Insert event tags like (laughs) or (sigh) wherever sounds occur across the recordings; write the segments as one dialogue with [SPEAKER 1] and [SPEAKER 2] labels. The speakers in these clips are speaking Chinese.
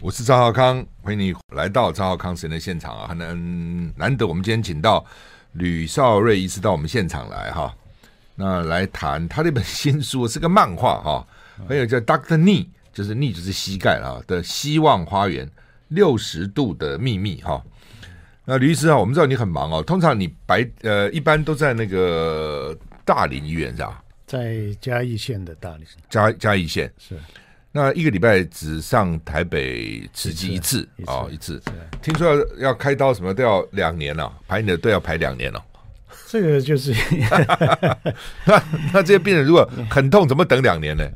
[SPEAKER 1] 我是赵浩康，欢迎你来到赵浩康神的现场啊！很难难得，我们今天请到吕少瑞医师到我们现场来哈，那来谈他那本新书是个漫画哈，
[SPEAKER 2] 啊
[SPEAKER 1] 还有叫 Doctor Knee，就是逆就是膝盖啊的《希望花园六十度的秘密》哈。那吕医师啊，我们知道你很忙哦，通常你白呃一般都在那个大林医院是吧？
[SPEAKER 2] 在嘉义县的大理
[SPEAKER 1] 嘉嘉义县
[SPEAKER 2] 是
[SPEAKER 1] 那一个礼拜只上台北慈济一次
[SPEAKER 2] 一次
[SPEAKER 1] 哦，一次。
[SPEAKER 2] 是，
[SPEAKER 1] 听说要要开刀什么都要两年了、排你的队要排两年了、 (laughs)
[SPEAKER 2] 这个就是 (laughs)
[SPEAKER 1] 那那这些病人如果很痛，怎么等两年呢？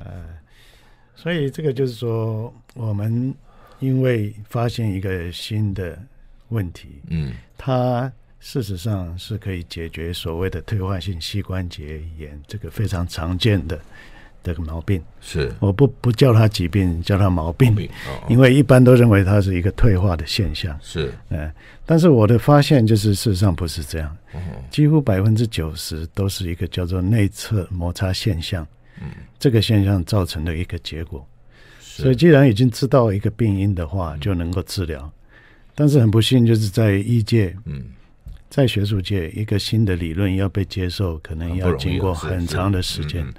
[SPEAKER 2] 所以这个就是说，我们因为发现一个新的问题，
[SPEAKER 1] 嗯
[SPEAKER 2] 它事实上是可以解决所谓的退化性膝关节炎这个非常常见的这个毛病。
[SPEAKER 1] 是
[SPEAKER 2] 我不不叫它疾病，叫它毛病，
[SPEAKER 1] 病哦哦
[SPEAKER 2] 因为一般都认为它是一个退化的现象。
[SPEAKER 1] 是
[SPEAKER 2] 嗯，但是我的发现就是，事实上不是这
[SPEAKER 1] 哦
[SPEAKER 2] 样，几乎百分之九十都是一个叫做内侧摩擦现象，
[SPEAKER 1] 嗯
[SPEAKER 2] 这个现象造成的一个结果。所以，既然已经知道一个病因的
[SPEAKER 1] 嗯
[SPEAKER 2] 话，就能够治疗。但是很不幸，就是在医界，
[SPEAKER 1] 嗯
[SPEAKER 2] 在学术界，一个新的理论要被接受，可能
[SPEAKER 1] 很不
[SPEAKER 2] 要
[SPEAKER 1] 容易啊
[SPEAKER 2] 经过
[SPEAKER 1] 是是
[SPEAKER 2] 很长的时间
[SPEAKER 1] 嗯。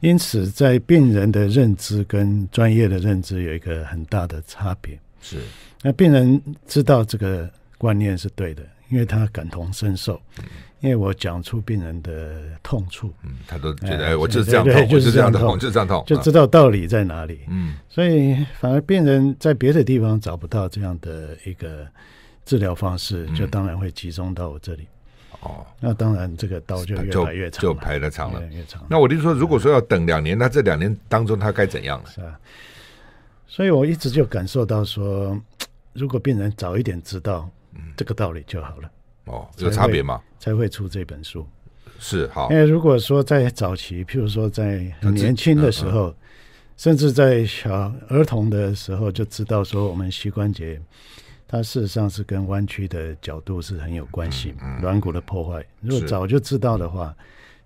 [SPEAKER 2] 因此，在病人的认知跟专业的认知有一个很大的差别。
[SPEAKER 1] 嗯是
[SPEAKER 2] 那病人知道这个观念是对的，因为他感同身受，因为我讲出病人的痛处，
[SPEAKER 1] 嗯，他都觉
[SPEAKER 2] 哎
[SPEAKER 1] 得哎，我就是
[SPEAKER 2] 对
[SPEAKER 1] 这样
[SPEAKER 2] 对
[SPEAKER 1] 痛，我
[SPEAKER 2] 就
[SPEAKER 1] 就是是这
[SPEAKER 2] 这
[SPEAKER 1] 样
[SPEAKER 2] 样
[SPEAKER 1] 痛，
[SPEAKER 2] 痛
[SPEAKER 1] 我就是这样痛，
[SPEAKER 2] 就知道道理在哪里。
[SPEAKER 1] 嗯
[SPEAKER 2] 所以反而病人在别的地方找不到这样的一个治疗方
[SPEAKER 1] 嗯
[SPEAKER 2] 式，就当然会集中到我这里。
[SPEAKER 1] 哦，
[SPEAKER 2] 那当然，这个刀就
[SPEAKER 1] 他
[SPEAKER 2] 越
[SPEAKER 1] 啊就
[SPEAKER 2] 来越长
[SPEAKER 1] 就
[SPEAKER 2] 了，哎
[SPEAKER 1] 排的长了
[SPEAKER 2] 越。来越长了。
[SPEAKER 1] 那我就说，如果说要等两年，那这两年当中他该怎样呢？
[SPEAKER 2] 是啊，所以我一直就感受到说，如果病人早一点知道这个道理就好了，
[SPEAKER 1] 嗯哦，有差别吗？
[SPEAKER 2] 才会出这本书。
[SPEAKER 1] 是好
[SPEAKER 2] 因，为如果说在早期，譬如说在很年轻的时
[SPEAKER 1] 嗯
[SPEAKER 2] 候，甚至在小儿童的时候，就知道说我们膝关节它事实上是跟弯曲的角度是很有关系，软骨的破坏。如
[SPEAKER 1] 嗯是
[SPEAKER 2] 果早就知道的话，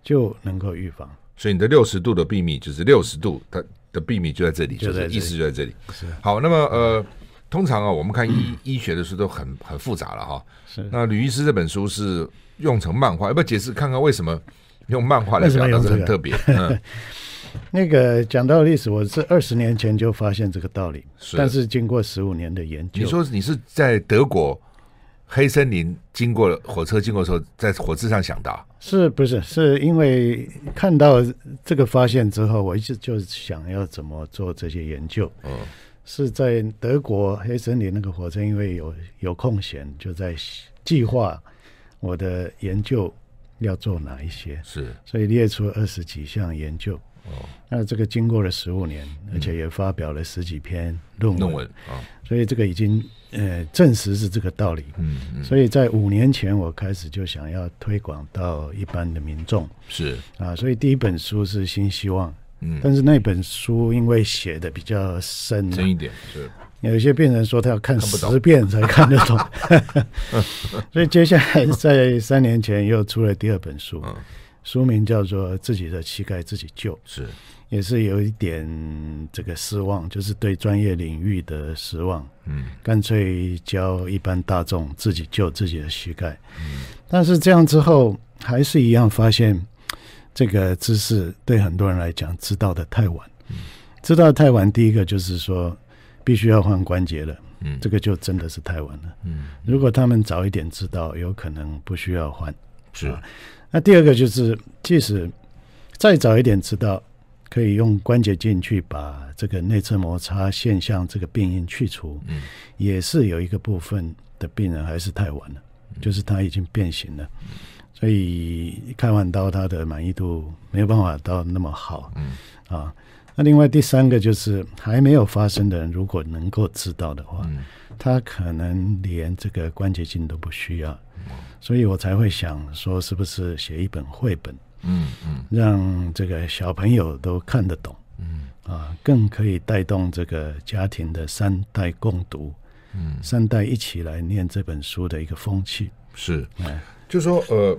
[SPEAKER 2] 就能够预防。
[SPEAKER 1] 所以你的六十度的秘密就是六十度，它的秘密就在这里，就
[SPEAKER 2] 就在
[SPEAKER 1] 是
[SPEAKER 2] 这里
[SPEAKER 1] 意思就在这里。好，那么呃，通常啊，我们看医 (clears throat) 医学的书都很很复杂了哈。
[SPEAKER 2] 是
[SPEAKER 1] 那吕医师这本书是用成漫画，要不要解释看看为什么用漫画来
[SPEAKER 2] 为什
[SPEAKER 1] 表达
[SPEAKER 2] 么用
[SPEAKER 1] 是
[SPEAKER 2] 这
[SPEAKER 1] 很
[SPEAKER 2] 个
[SPEAKER 1] 特
[SPEAKER 2] (laughs)
[SPEAKER 1] 别？嗯，
[SPEAKER 2] 那个讲到历史，我是二十年前就发现这个道理，
[SPEAKER 1] 是
[SPEAKER 2] 但是经过十五年的研究，
[SPEAKER 1] 你说你是在德国黑森林经过了火车经过的时候，在火车上想到，
[SPEAKER 2] 是不是？是因为看到这个发现之后，我一直就想要怎么做这些研究。
[SPEAKER 1] 嗯，
[SPEAKER 2] 是在德国黑森林那个火车，因为有有空闲，就在计划我的研究要做哪一些，
[SPEAKER 1] 是
[SPEAKER 2] 所以列出二十几项研究。
[SPEAKER 1] 哦，
[SPEAKER 2] 那这个经过了十五年，而且也发表了十几篇论文，
[SPEAKER 1] 论文啊，哦
[SPEAKER 2] 所以这个已经呃证实是这个道理。
[SPEAKER 1] 嗯嗯，
[SPEAKER 2] 所以在五年前，我开始就想要推广到一般的民众
[SPEAKER 1] 是
[SPEAKER 2] 啊，所以第一本书是《新希望》，
[SPEAKER 1] 嗯，
[SPEAKER 2] 但是那本书因为写的比较深嘛，
[SPEAKER 1] 深一点是
[SPEAKER 2] 有一些病人说他要看
[SPEAKER 1] 看不懂
[SPEAKER 2] 十遍才看得
[SPEAKER 1] (laughs)
[SPEAKER 2] 懂，所以接下来在三年前又出了第二本书，
[SPEAKER 1] 嗯
[SPEAKER 2] 书名叫做《自己的膝盖自己救》，
[SPEAKER 1] 是
[SPEAKER 2] 也是有一点这个失望，就是对专业领域的失望，
[SPEAKER 1] 嗯
[SPEAKER 2] 干脆教一般大众自己救自己的膝盖。
[SPEAKER 1] 嗯
[SPEAKER 2] 但是这样之后，还是一样发现这个知识对很多人来讲知道的太晚，知道得太晚。第一个就是说，必须要换关节了，
[SPEAKER 1] 嗯
[SPEAKER 2] 这个就真的是太晚了。
[SPEAKER 1] 嗯
[SPEAKER 2] 如果他们早一点知道，有可能不需要换。
[SPEAKER 1] 是
[SPEAKER 2] 那第二个就是，即使再早一点知道，可以用关节镜去把这个内侧摩擦现象这个病因去除，
[SPEAKER 1] 嗯
[SPEAKER 2] 也是有一个部分的病人还是太晚了，就是他已经变形了，所以开完刀他的满意度没有办法到那么好，
[SPEAKER 1] 嗯
[SPEAKER 2] 啊。那另外第三个就是还没有发生的人，如果能够知道的话，
[SPEAKER 1] 嗯
[SPEAKER 2] 他可能连这个关节镜都不需要，
[SPEAKER 1] 嗯
[SPEAKER 2] 所以我才会想说，是不是写一本绘本，
[SPEAKER 1] 嗯嗯
[SPEAKER 2] 让这个小朋友都看得懂
[SPEAKER 1] 嗯
[SPEAKER 2] 啊，更可以带动这个家庭的三代共读，
[SPEAKER 1] 嗯
[SPEAKER 2] 三代一起来念这本书的一个风气。
[SPEAKER 1] 是
[SPEAKER 2] 哎，
[SPEAKER 1] 就说呃，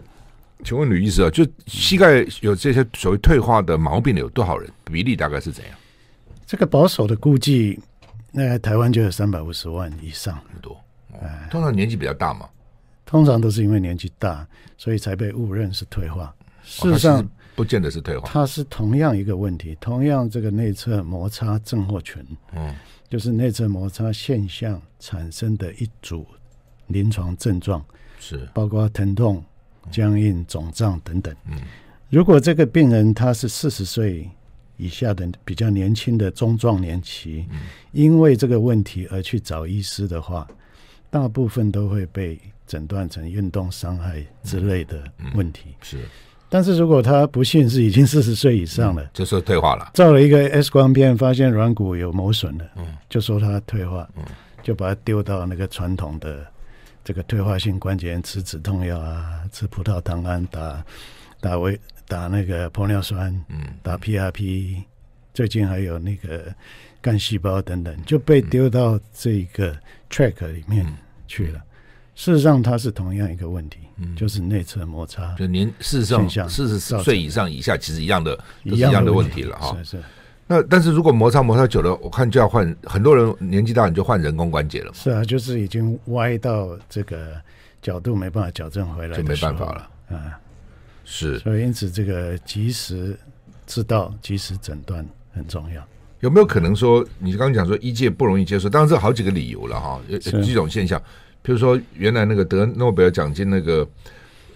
[SPEAKER 1] 请问吕医师啊，就膝盖有这些所谓退化的毛病的有多少人？比例大概是怎样？
[SPEAKER 2] 这个保守的估计，那台湾就有三百五十万以上，
[SPEAKER 1] 很多。哦通常年纪比较大嘛，
[SPEAKER 2] 通常都是因为年纪大，所以才被误认是退化。
[SPEAKER 1] 哦
[SPEAKER 2] 事实上，，
[SPEAKER 1] 它不见得是退化。
[SPEAKER 2] 它是同样一个问题，同样这个内侧摩擦症候群，
[SPEAKER 1] 嗯，
[SPEAKER 2] 就是内侧摩擦现象产生的一组临床症状，
[SPEAKER 1] 是，
[SPEAKER 2] 包括疼痛、僵硬、肿胀等等。
[SPEAKER 1] 嗯，
[SPEAKER 2] 如果这个病人他是四十岁以下的比较年轻的中壮年期，
[SPEAKER 1] 嗯
[SPEAKER 2] 因为这个问题而去找医师的话，大部分都会被诊断成运动伤害之类的问题。
[SPEAKER 1] 是，
[SPEAKER 2] 但是如果他不幸是已经四十岁以上了，
[SPEAKER 1] 就是退化了。
[SPEAKER 2] 照了一个 X 光片，发现软骨有磨损了，
[SPEAKER 1] 嗯
[SPEAKER 2] 就说它退化，就把它丢到那个传统的这个退化性关节炎吃止痛药啊，吃葡萄糖胺，打打维打那个玻尿酸，
[SPEAKER 1] 嗯，
[SPEAKER 2] 打 PRP，最近还有那个干细胞等等，就被丢到这个 track 里
[SPEAKER 1] 嗯
[SPEAKER 2] 面去了。事实上，它是同样一个问题，就是内侧摩擦
[SPEAKER 1] 嗯就年事实上
[SPEAKER 2] 现象
[SPEAKER 1] 四十
[SPEAKER 2] 造成
[SPEAKER 1] 岁以上以下，其实一样的，都
[SPEAKER 2] 一
[SPEAKER 1] 是一样
[SPEAKER 2] 样
[SPEAKER 1] 的问题
[SPEAKER 2] 题
[SPEAKER 1] 了哈。
[SPEAKER 2] 是是
[SPEAKER 1] 那但是如果摩擦摩擦久了，我看就要换，很多人年纪大你就换人工关节了嘛，
[SPEAKER 2] 是啊，就是已经歪到这个角度没办法矫正回来，
[SPEAKER 1] 就没办法了。
[SPEAKER 2] 啊。
[SPEAKER 1] 是
[SPEAKER 2] 所以因此，这个及时知道、及时诊断很重要。
[SPEAKER 1] 有没有可能说，你刚刚讲说医界不容易接受，当然这好几个理由了哈，有有
[SPEAKER 2] 是
[SPEAKER 1] 几种现象，比如说原来那个得诺贝尔奖金那个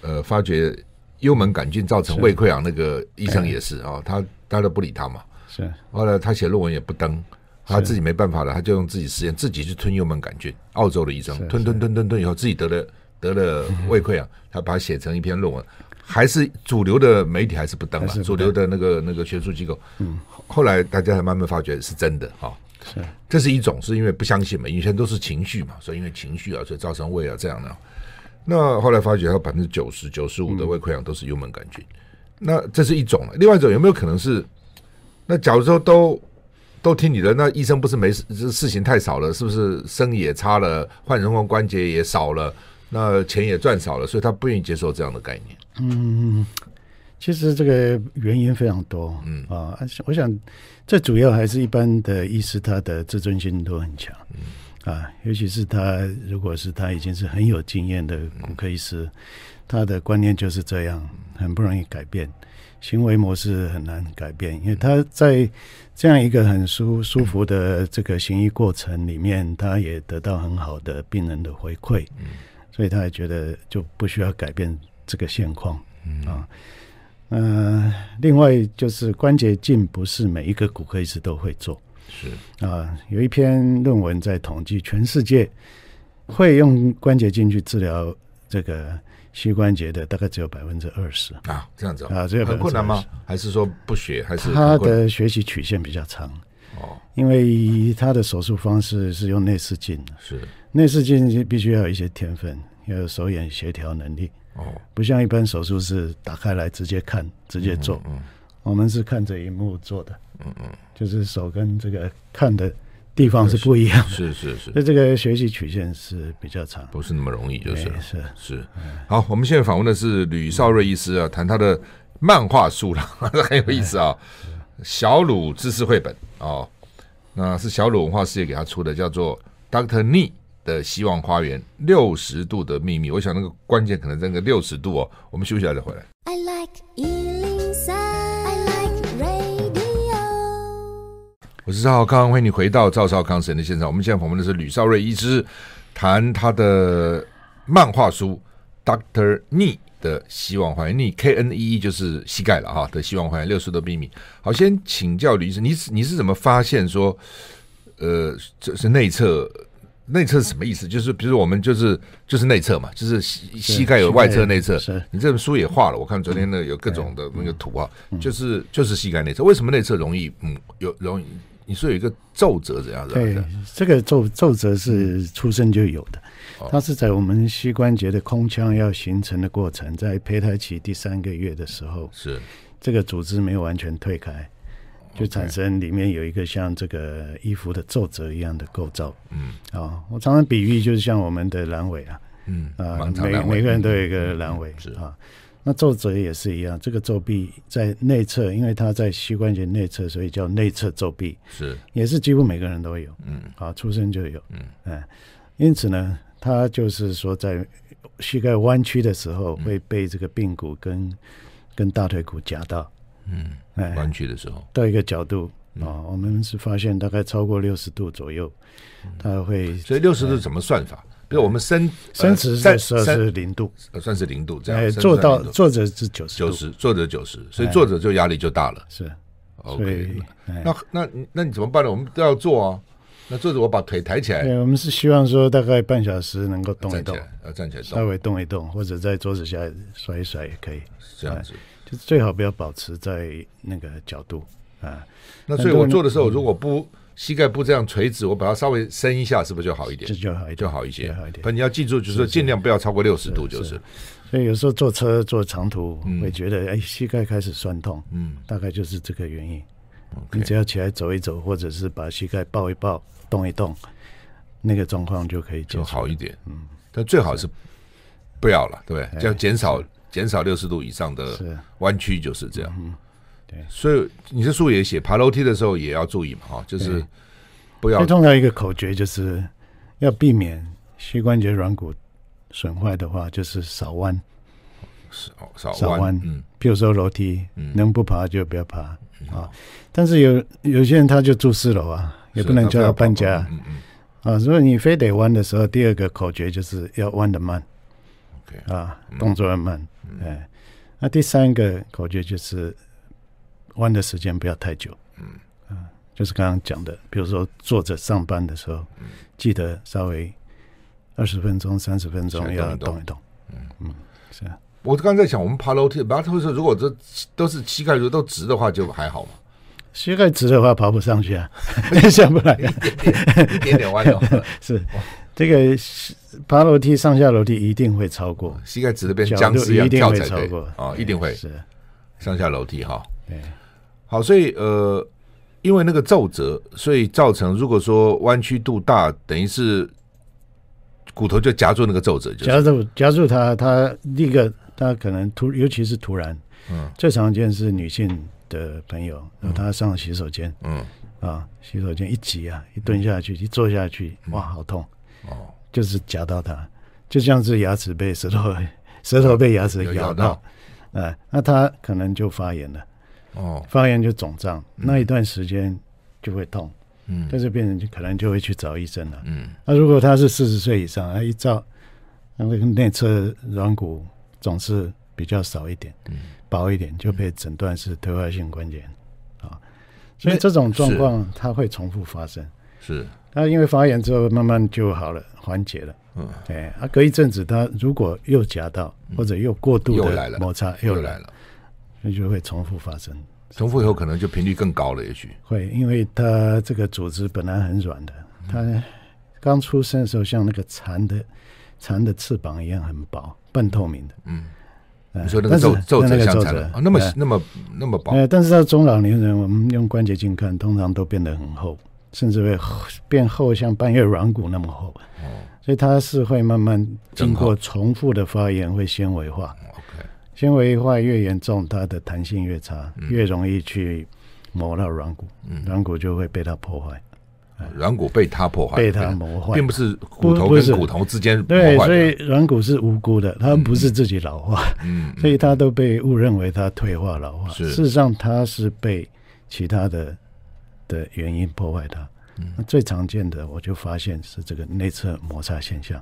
[SPEAKER 1] 呃发掘幽门杆菌造成
[SPEAKER 2] 是
[SPEAKER 1] 胃溃疡那个医生也是啊、哦，他大家都不理他嘛，
[SPEAKER 2] 是
[SPEAKER 1] 后来他写论文也不登，他
[SPEAKER 2] 是
[SPEAKER 1] 自己没办法了，他就用自己实验，自己去吞幽门杆菌。澳洲的医生
[SPEAKER 2] 是
[SPEAKER 1] 吞吞吞吞吞以后，自己得了得了胃溃疡，他把它写成一篇论文，还是主流的媒体还是不登
[SPEAKER 2] 还是
[SPEAKER 1] 了，
[SPEAKER 2] 不登
[SPEAKER 1] 主流的那个那个学术机构。嗯，后来大家才慢慢发觉是真的哈、
[SPEAKER 2] 是
[SPEAKER 1] 这是一种是因为不相信嘛，以前都是情绪嘛，所以因为情绪啊，所以造成胃啊这样的、那后来发觉，还有百分之九十、九十
[SPEAKER 2] 嗯
[SPEAKER 1] 五的胃溃疡都是幽门杆菌。那这是一种了，啊另外一种有没有可能是？那假如说都都听你的，那医生不是没事，这事情太少了，是不是生意也差了，换人工关节也少了，那钱也赚少了，所以他不愿意接受这样的概念。
[SPEAKER 2] 嗯其实这个原因非常多，嗯啊，我想最主要还是一般的医师他的自尊心都很强，嗯啊，尤其是他如果是他已经是很有经验的骨科医师，他的观念就是这样，很不容易改变，行为模式很难改变，因为他在这样一个很舒舒服的这个行医过程里面，他也得到很好的病人的回馈，
[SPEAKER 1] 嗯
[SPEAKER 2] 所以他也觉得就不需要改变这个现况。啊。嗯，另外就是关节镜不是每一个骨科医师都会做
[SPEAKER 1] 是
[SPEAKER 2] 啊。有一篇论文在统计全世界会用关节镜去治疗这个膝关节的，大概只有百分之二十。
[SPEAKER 1] 啊，这样子
[SPEAKER 2] 啊这个
[SPEAKER 1] 很困难吗
[SPEAKER 2] 本身？
[SPEAKER 1] 还是说不学？还是
[SPEAKER 2] 他
[SPEAKER 1] 很困难
[SPEAKER 2] 的学习曲线比较长，
[SPEAKER 1] 哦，
[SPEAKER 2] 因为他的手术方式是用内视镜，
[SPEAKER 1] 是
[SPEAKER 2] 内视镜必须要有一些天分，要有手眼协调能力，
[SPEAKER 1] 哦，
[SPEAKER 2] 不像一般手术是打开来直接看、直接做。
[SPEAKER 1] 嗯
[SPEAKER 2] 我们是看着荧幕做的，嗯嗯，就是手跟这个看的地方是不一样，
[SPEAKER 1] 嗯是是是
[SPEAKER 2] 所，以这个学习曲线是比较长，
[SPEAKER 1] 不是那么容易，就是啊了
[SPEAKER 2] 哎是
[SPEAKER 1] 是。好，我们现在访问的是吕少瑞医师啊，谈他的漫画书了， (laughs) 很有意思啊，《
[SPEAKER 2] 哎
[SPEAKER 1] 小鲁知识绘本》哦，那是小鲁文化事业给他出的，叫做《Doctor Nee 的希望花园：六十度的秘密》。我想那个关键可能在那个六十度哦。我们休息一下再回来。
[SPEAKER 3] I like Ealing Sound. I like radio.
[SPEAKER 1] 我是赵少康，欢迎你回到赵少康神的现场。我们现在访问的是吕少瑞医师，谈他的漫画书《Doctor Nee 的希望花园》，Nee K N E E 就是膝盖了哈的希望花园六十多秘密。好，先请教吕医师，你是你是怎么发现说，呃，这是内侧？内侧是什么意思？就是比如我们就是就是内侧嘛，就是膝膝盖有外侧内侧。
[SPEAKER 2] 是
[SPEAKER 1] 你这本书也画了，我看昨
[SPEAKER 2] 嗯
[SPEAKER 1] 天那个有各种的那个图啊，就是就是膝盖内侧。为什么内侧容易嗯有容易？你说有一个皱褶怎样子啊？嗯
[SPEAKER 2] 对，这个皱皱褶是出生就有的
[SPEAKER 1] 哦，
[SPEAKER 2] 它是在我们膝关节的空腔要形成的过程，在胚胎期第三个月的时候，
[SPEAKER 1] 是
[SPEAKER 2] 这个组织没有完全退开，就产生里面有一个像这个衣服的皱褶一样的构造。
[SPEAKER 1] 嗯
[SPEAKER 2] 啊、我常常比喻就是像我们的阑尾啊，
[SPEAKER 1] 嗯，
[SPEAKER 2] 啊、
[SPEAKER 1] 盲肠阑
[SPEAKER 2] 每
[SPEAKER 1] 尾嗯
[SPEAKER 2] 每个人都有一个阑尾、
[SPEAKER 1] 是
[SPEAKER 2] 啊。那皱褶也是一样，这个皱壁在内侧，因为它在膝关节内侧，所以叫内侧皱壁，
[SPEAKER 1] 是，
[SPEAKER 2] 也是几乎每个人都有，
[SPEAKER 1] 嗯
[SPEAKER 2] 啊，出生就有，
[SPEAKER 1] 嗯
[SPEAKER 2] 嗯，因此呢，它就是说在膝盖弯曲的时候
[SPEAKER 1] 嗯
[SPEAKER 2] 会被这个髌骨跟跟大腿骨夹到，
[SPEAKER 1] 嗯，
[SPEAKER 2] 哎，
[SPEAKER 1] 弯曲的时候，
[SPEAKER 2] 到一个角度啊、我们是发现大概超过六十度左右，它会
[SPEAKER 1] 嗯所以六十度怎么算法？比如我们伸呃
[SPEAKER 2] 伸直
[SPEAKER 1] 在呃
[SPEAKER 2] 的时候是零度，
[SPEAKER 1] 算是零度这
[SPEAKER 2] 哎，
[SPEAKER 1] 样，
[SPEAKER 2] 做到坐着是九十
[SPEAKER 1] 九
[SPEAKER 2] 度，
[SPEAKER 1] 十，作者九十，所以作者就压力就大了。
[SPEAKER 2] 是，所
[SPEAKER 1] OK，
[SPEAKER 2] 以哎
[SPEAKER 1] 那那那你怎么办呢？我们都要做啊。那坐着我把腿抬起来，
[SPEAKER 2] 对，我们是希望说大概半小时能够动一
[SPEAKER 1] 站起
[SPEAKER 2] 动，
[SPEAKER 1] 来，要站起来
[SPEAKER 2] 稍
[SPEAKER 1] 动，
[SPEAKER 2] 微动一动，或者在桌子下甩一甩也可以，
[SPEAKER 1] 这样子。
[SPEAKER 2] 就是最好不要保持在那个角度啊。
[SPEAKER 1] 那所以我做的时
[SPEAKER 2] 嗯
[SPEAKER 1] 候，如果不膝盖不这样垂直，我把它稍微伸一下，是不是就好一点
[SPEAKER 2] 这？就好一点，
[SPEAKER 1] 就好一些
[SPEAKER 2] 就好一。点
[SPEAKER 1] 但你要记住，就是说尽量不要超过六十度，就是
[SPEAKER 2] 所以有时候坐车坐长途
[SPEAKER 1] 嗯
[SPEAKER 2] 会觉得哎膝盖开始酸痛，嗯，大概就是这个原因。你只要起来走一走，或者是把膝盖抱一抱、动一动，那个状况就可以解
[SPEAKER 1] 就
[SPEAKER 2] 决。
[SPEAKER 1] 好一点。嗯，但最好是不要了，对不对？这样减少减少六十度以上的
[SPEAKER 2] 哎是嗯
[SPEAKER 1] 弯曲，就是这样。
[SPEAKER 2] 对
[SPEAKER 1] 所以你这书也写，爬楼梯的时候也要注意嘛，哈，就是不要
[SPEAKER 2] 最重要一个口诀就是要避免膝关节软骨损坏的话，就是少弯。
[SPEAKER 1] 少
[SPEAKER 2] 少
[SPEAKER 1] 弯
[SPEAKER 2] 弯，
[SPEAKER 1] 嗯，
[SPEAKER 2] 譬如说楼梯，能不爬就不要爬啊、但是有有些人他就住四楼啊，也
[SPEAKER 1] 是
[SPEAKER 2] 不能
[SPEAKER 1] 那
[SPEAKER 2] 叫
[SPEAKER 1] 要
[SPEAKER 2] 他
[SPEAKER 1] 跑
[SPEAKER 2] 搬
[SPEAKER 1] 嘛
[SPEAKER 2] 家
[SPEAKER 1] 嗯嗯
[SPEAKER 2] 啊。所以你非得弯的时候，第二个口诀就是要弯得慢
[SPEAKER 1] ，OK，嗯
[SPEAKER 2] 啊，动作要慢。哎，那第三个口诀就是弯的时间不要太久。嗯啊，就是刚刚讲的，比如说坐着上班的时候，
[SPEAKER 1] 嗯
[SPEAKER 2] 记得稍微二十分钟、三十分
[SPEAKER 1] 稍
[SPEAKER 2] 钟
[SPEAKER 1] 微
[SPEAKER 2] 要
[SPEAKER 1] 动一动
[SPEAKER 2] 动一动。嗯嗯，是啊，
[SPEAKER 1] 我刚才在想，我们爬楼梯，爬楼梯的时候，如果这都是膝盖如果都直的话，就还好嘛，
[SPEAKER 2] 膝盖直的话爬不上
[SPEAKER 1] (laughs)
[SPEAKER 2] 去啊，下不来、啊。
[SPEAKER 1] 一点点弯
[SPEAKER 2] (laughs)
[SPEAKER 1] 的，
[SPEAKER 2] 是这个是爬楼梯、上下楼梯一定会超过，
[SPEAKER 1] 膝盖直的变
[SPEAKER 2] 角
[SPEAKER 1] 僵
[SPEAKER 2] 度
[SPEAKER 1] 尸一样
[SPEAKER 2] 一定
[SPEAKER 1] 跳
[SPEAKER 2] 会
[SPEAKER 1] 才
[SPEAKER 2] 超
[SPEAKER 1] 对
[SPEAKER 2] 过
[SPEAKER 1] 啊，一定会
[SPEAKER 2] 是，
[SPEAKER 1] 上下楼梯哈。
[SPEAKER 2] 对，
[SPEAKER 1] 好，所以呃，因为那个皱褶，所以造成如果说弯曲度大，等于是骨头就夹住那个皱褶，就
[SPEAKER 2] 夹
[SPEAKER 1] 是
[SPEAKER 2] 住夹住它，它第一个它可能突，尤其是突然，
[SPEAKER 1] 嗯
[SPEAKER 2] 最常见是女性的朋友，然后她上洗手间
[SPEAKER 1] 嗯
[SPEAKER 2] 啊，洗手间一挤啊，一蹲下去，一坐下去，
[SPEAKER 1] 嗯
[SPEAKER 2] 哇，好痛，
[SPEAKER 1] 哦，
[SPEAKER 2] 就是夹到它，就像是牙齿被舌头 (laughs) 舌头被牙齿
[SPEAKER 1] 有咬
[SPEAKER 2] 咬
[SPEAKER 1] 到
[SPEAKER 2] 到，啊，那它可能就发炎了。
[SPEAKER 1] 哦，
[SPEAKER 2] 发炎就肿胀，那一段时间就会痛，
[SPEAKER 1] 嗯
[SPEAKER 2] 但是病人就可能就会去找医生了。
[SPEAKER 1] 嗯，
[SPEAKER 2] 那、如果他是四十岁以上，他一照，那个内侧软骨总是比较少一点，
[SPEAKER 1] 嗯
[SPEAKER 2] 薄一点，就被诊断是退化性关节炎啊。所以
[SPEAKER 1] 那
[SPEAKER 2] 这种状况它会重复发生。
[SPEAKER 1] 是
[SPEAKER 2] 那因为发炎之后慢慢就好了，缓解了。
[SPEAKER 1] 嗯，
[SPEAKER 2] 哎，啊，隔一阵子他如果又夹到或者又过度
[SPEAKER 1] 又来
[SPEAKER 2] 的
[SPEAKER 1] 了
[SPEAKER 2] 摩擦，
[SPEAKER 1] 又
[SPEAKER 2] 又
[SPEAKER 1] 来
[SPEAKER 2] 来，
[SPEAKER 1] 了，
[SPEAKER 2] 那就会重复发生。
[SPEAKER 1] 重复以后可能就频率更高了，也许
[SPEAKER 2] 会，因为它这个组织本来很软的，
[SPEAKER 1] 嗯
[SPEAKER 2] 它刚出生的时候像那个蝉的蝉的翅膀一样很薄，半透明的。嗯，
[SPEAKER 1] 你说那个皱皱褶像蚕了，哦那么
[SPEAKER 2] 呃
[SPEAKER 1] 那么那么薄，
[SPEAKER 2] 呃，但是到中老年人，我们用关节镜看，通常都变得很厚，甚至会厚变厚，像半月软骨那么厚。哦，所以它是会慢慢经
[SPEAKER 1] 增厚
[SPEAKER 2] 过重复的发炎，会纤维化。
[SPEAKER 1] OK，
[SPEAKER 2] 纤维化越严重，它的弹性越差，
[SPEAKER 1] 嗯
[SPEAKER 2] 越容易去磨到软骨，软骨就会被它破坏，
[SPEAKER 1] 软骨被它破坏，
[SPEAKER 2] 哎被它磨坏
[SPEAKER 1] 并。不是骨头
[SPEAKER 2] 不不
[SPEAKER 1] 跟
[SPEAKER 2] 是
[SPEAKER 1] 骨头之间破
[SPEAKER 2] 对，
[SPEAKER 1] 坏
[SPEAKER 2] 所以
[SPEAKER 1] 的，
[SPEAKER 2] 软骨是无辜的，它不是自己老化，
[SPEAKER 1] 嗯，
[SPEAKER 2] 所以它都被误认为它退化老化。
[SPEAKER 1] 是
[SPEAKER 2] 事实上，它是被其他的的原因破坏它。
[SPEAKER 1] 嗯
[SPEAKER 2] 那最常见的，我就发现是这个内侧摩擦现象。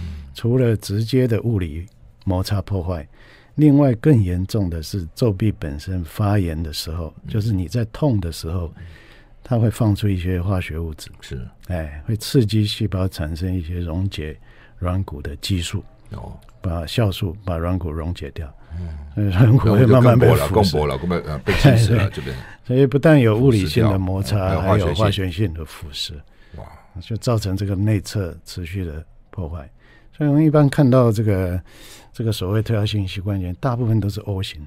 [SPEAKER 1] 嗯
[SPEAKER 2] 除了直接的物理摩擦破坏，另外更严重的是皱壁本身发炎的时候，
[SPEAKER 1] 嗯
[SPEAKER 2] 就是你在痛的时候，它会放出一些化学物质，
[SPEAKER 1] 是
[SPEAKER 2] 哎，会刺激细胞产生一些溶解软骨的激素，
[SPEAKER 1] 哦，
[SPEAKER 2] 把酵素把软骨溶解掉，嗯，软骨
[SPEAKER 1] 然后
[SPEAKER 2] 会
[SPEAKER 1] 就
[SPEAKER 2] 慢慢
[SPEAKER 1] 更
[SPEAKER 2] 被
[SPEAKER 1] 薄了，
[SPEAKER 2] 腐
[SPEAKER 1] 更
[SPEAKER 2] 蚀
[SPEAKER 1] 薄。了，更被呃被侵蚀了，
[SPEAKER 2] (laughs) 对
[SPEAKER 1] 这边
[SPEAKER 2] 所以不但有物理性
[SPEAKER 1] 腐蚀掉
[SPEAKER 2] 的摩
[SPEAKER 1] 还有化
[SPEAKER 2] 擦，还
[SPEAKER 1] 学
[SPEAKER 2] 有
[SPEAKER 1] 性
[SPEAKER 2] 化学性的腐蚀，
[SPEAKER 1] 哇，
[SPEAKER 2] 就造成这个内侧持续的破坏。所以我们一般看到这个这个所谓退化性膝关节，大部分都是 O 型，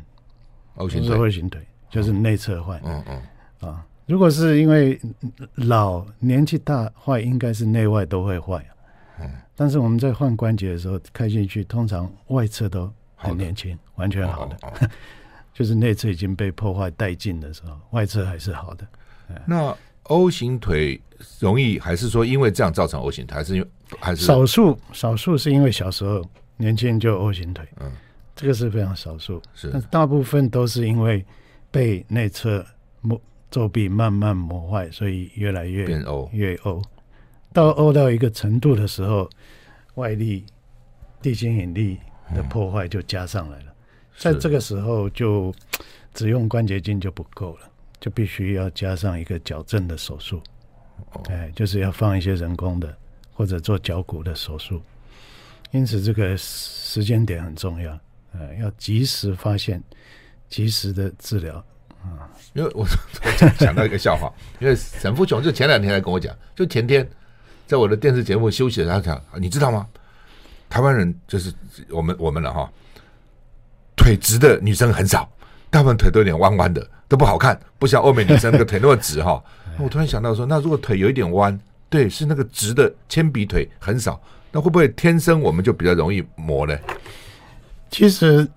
[SPEAKER 1] O
[SPEAKER 2] 都
[SPEAKER 1] 型
[SPEAKER 2] 是
[SPEAKER 1] 腿，
[SPEAKER 2] O 型腿，就是内侧坏
[SPEAKER 1] 嗯嗯，
[SPEAKER 2] 啊。如果是因为老年纪大坏，应该是内外
[SPEAKER 1] 嗯
[SPEAKER 2] 都会坏啊。但是我们在换关节的时候，开进去通常外侧都
[SPEAKER 1] 好的
[SPEAKER 2] 很年轻，完全好的。
[SPEAKER 1] 哦哦
[SPEAKER 2] 就是内侧已经被破坏殆尽的时候，外侧还是好的。
[SPEAKER 1] (laughs) 那 O 型腿容易，还是说因为这样造成 O 型腿，还是因为还是
[SPEAKER 2] 少数少数是因为小时候年轻人就 O 型腿，
[SPEAKER 1] 嗯，
[SPEAKER 2] 这个是非常少数，
[SPEAKER 1] 是
[SPEAKER 2] 但是大部分都是因为被内侧磨皱壁慢慢磨坏，所以越来越
[SPEAKER 1] 变 O？
[SPEAKER 2] 越 O，到 O 到一个程度的时候，外力、地心引力的破坏就加上来了。在
[SPEAKER 1] 是
[SPEAKER 2] 这个时候就，只用关节镜就不够了，就必须要加上一个矫正的手术。哎，就是要放一些人工的，或者做脚骨的手术。因此，这个时间点很重要，呃，要及时发现，及时的治疗。
[SPEAKER 1] 因为我 (laughs) 我想到一个笑话，因为沈富雄就前两天来跟我讲，就前天在我的电视节目休息的时候，他讲，你知道吗？台湾人就是我们我们了哈，腿直的女生很少，大部分腿都有点弯弯的，都不好看，不像欧美女生那个腿那么直
[SPEAKER 2] (laughs)
[SPEAKER 1] 哈。那我突然想到说，那如果腿有一点弯，对，是那个直的铅笔腿很少，那会不会天生我们就比较容易磨呢？
[SPEAKER 2] 其实，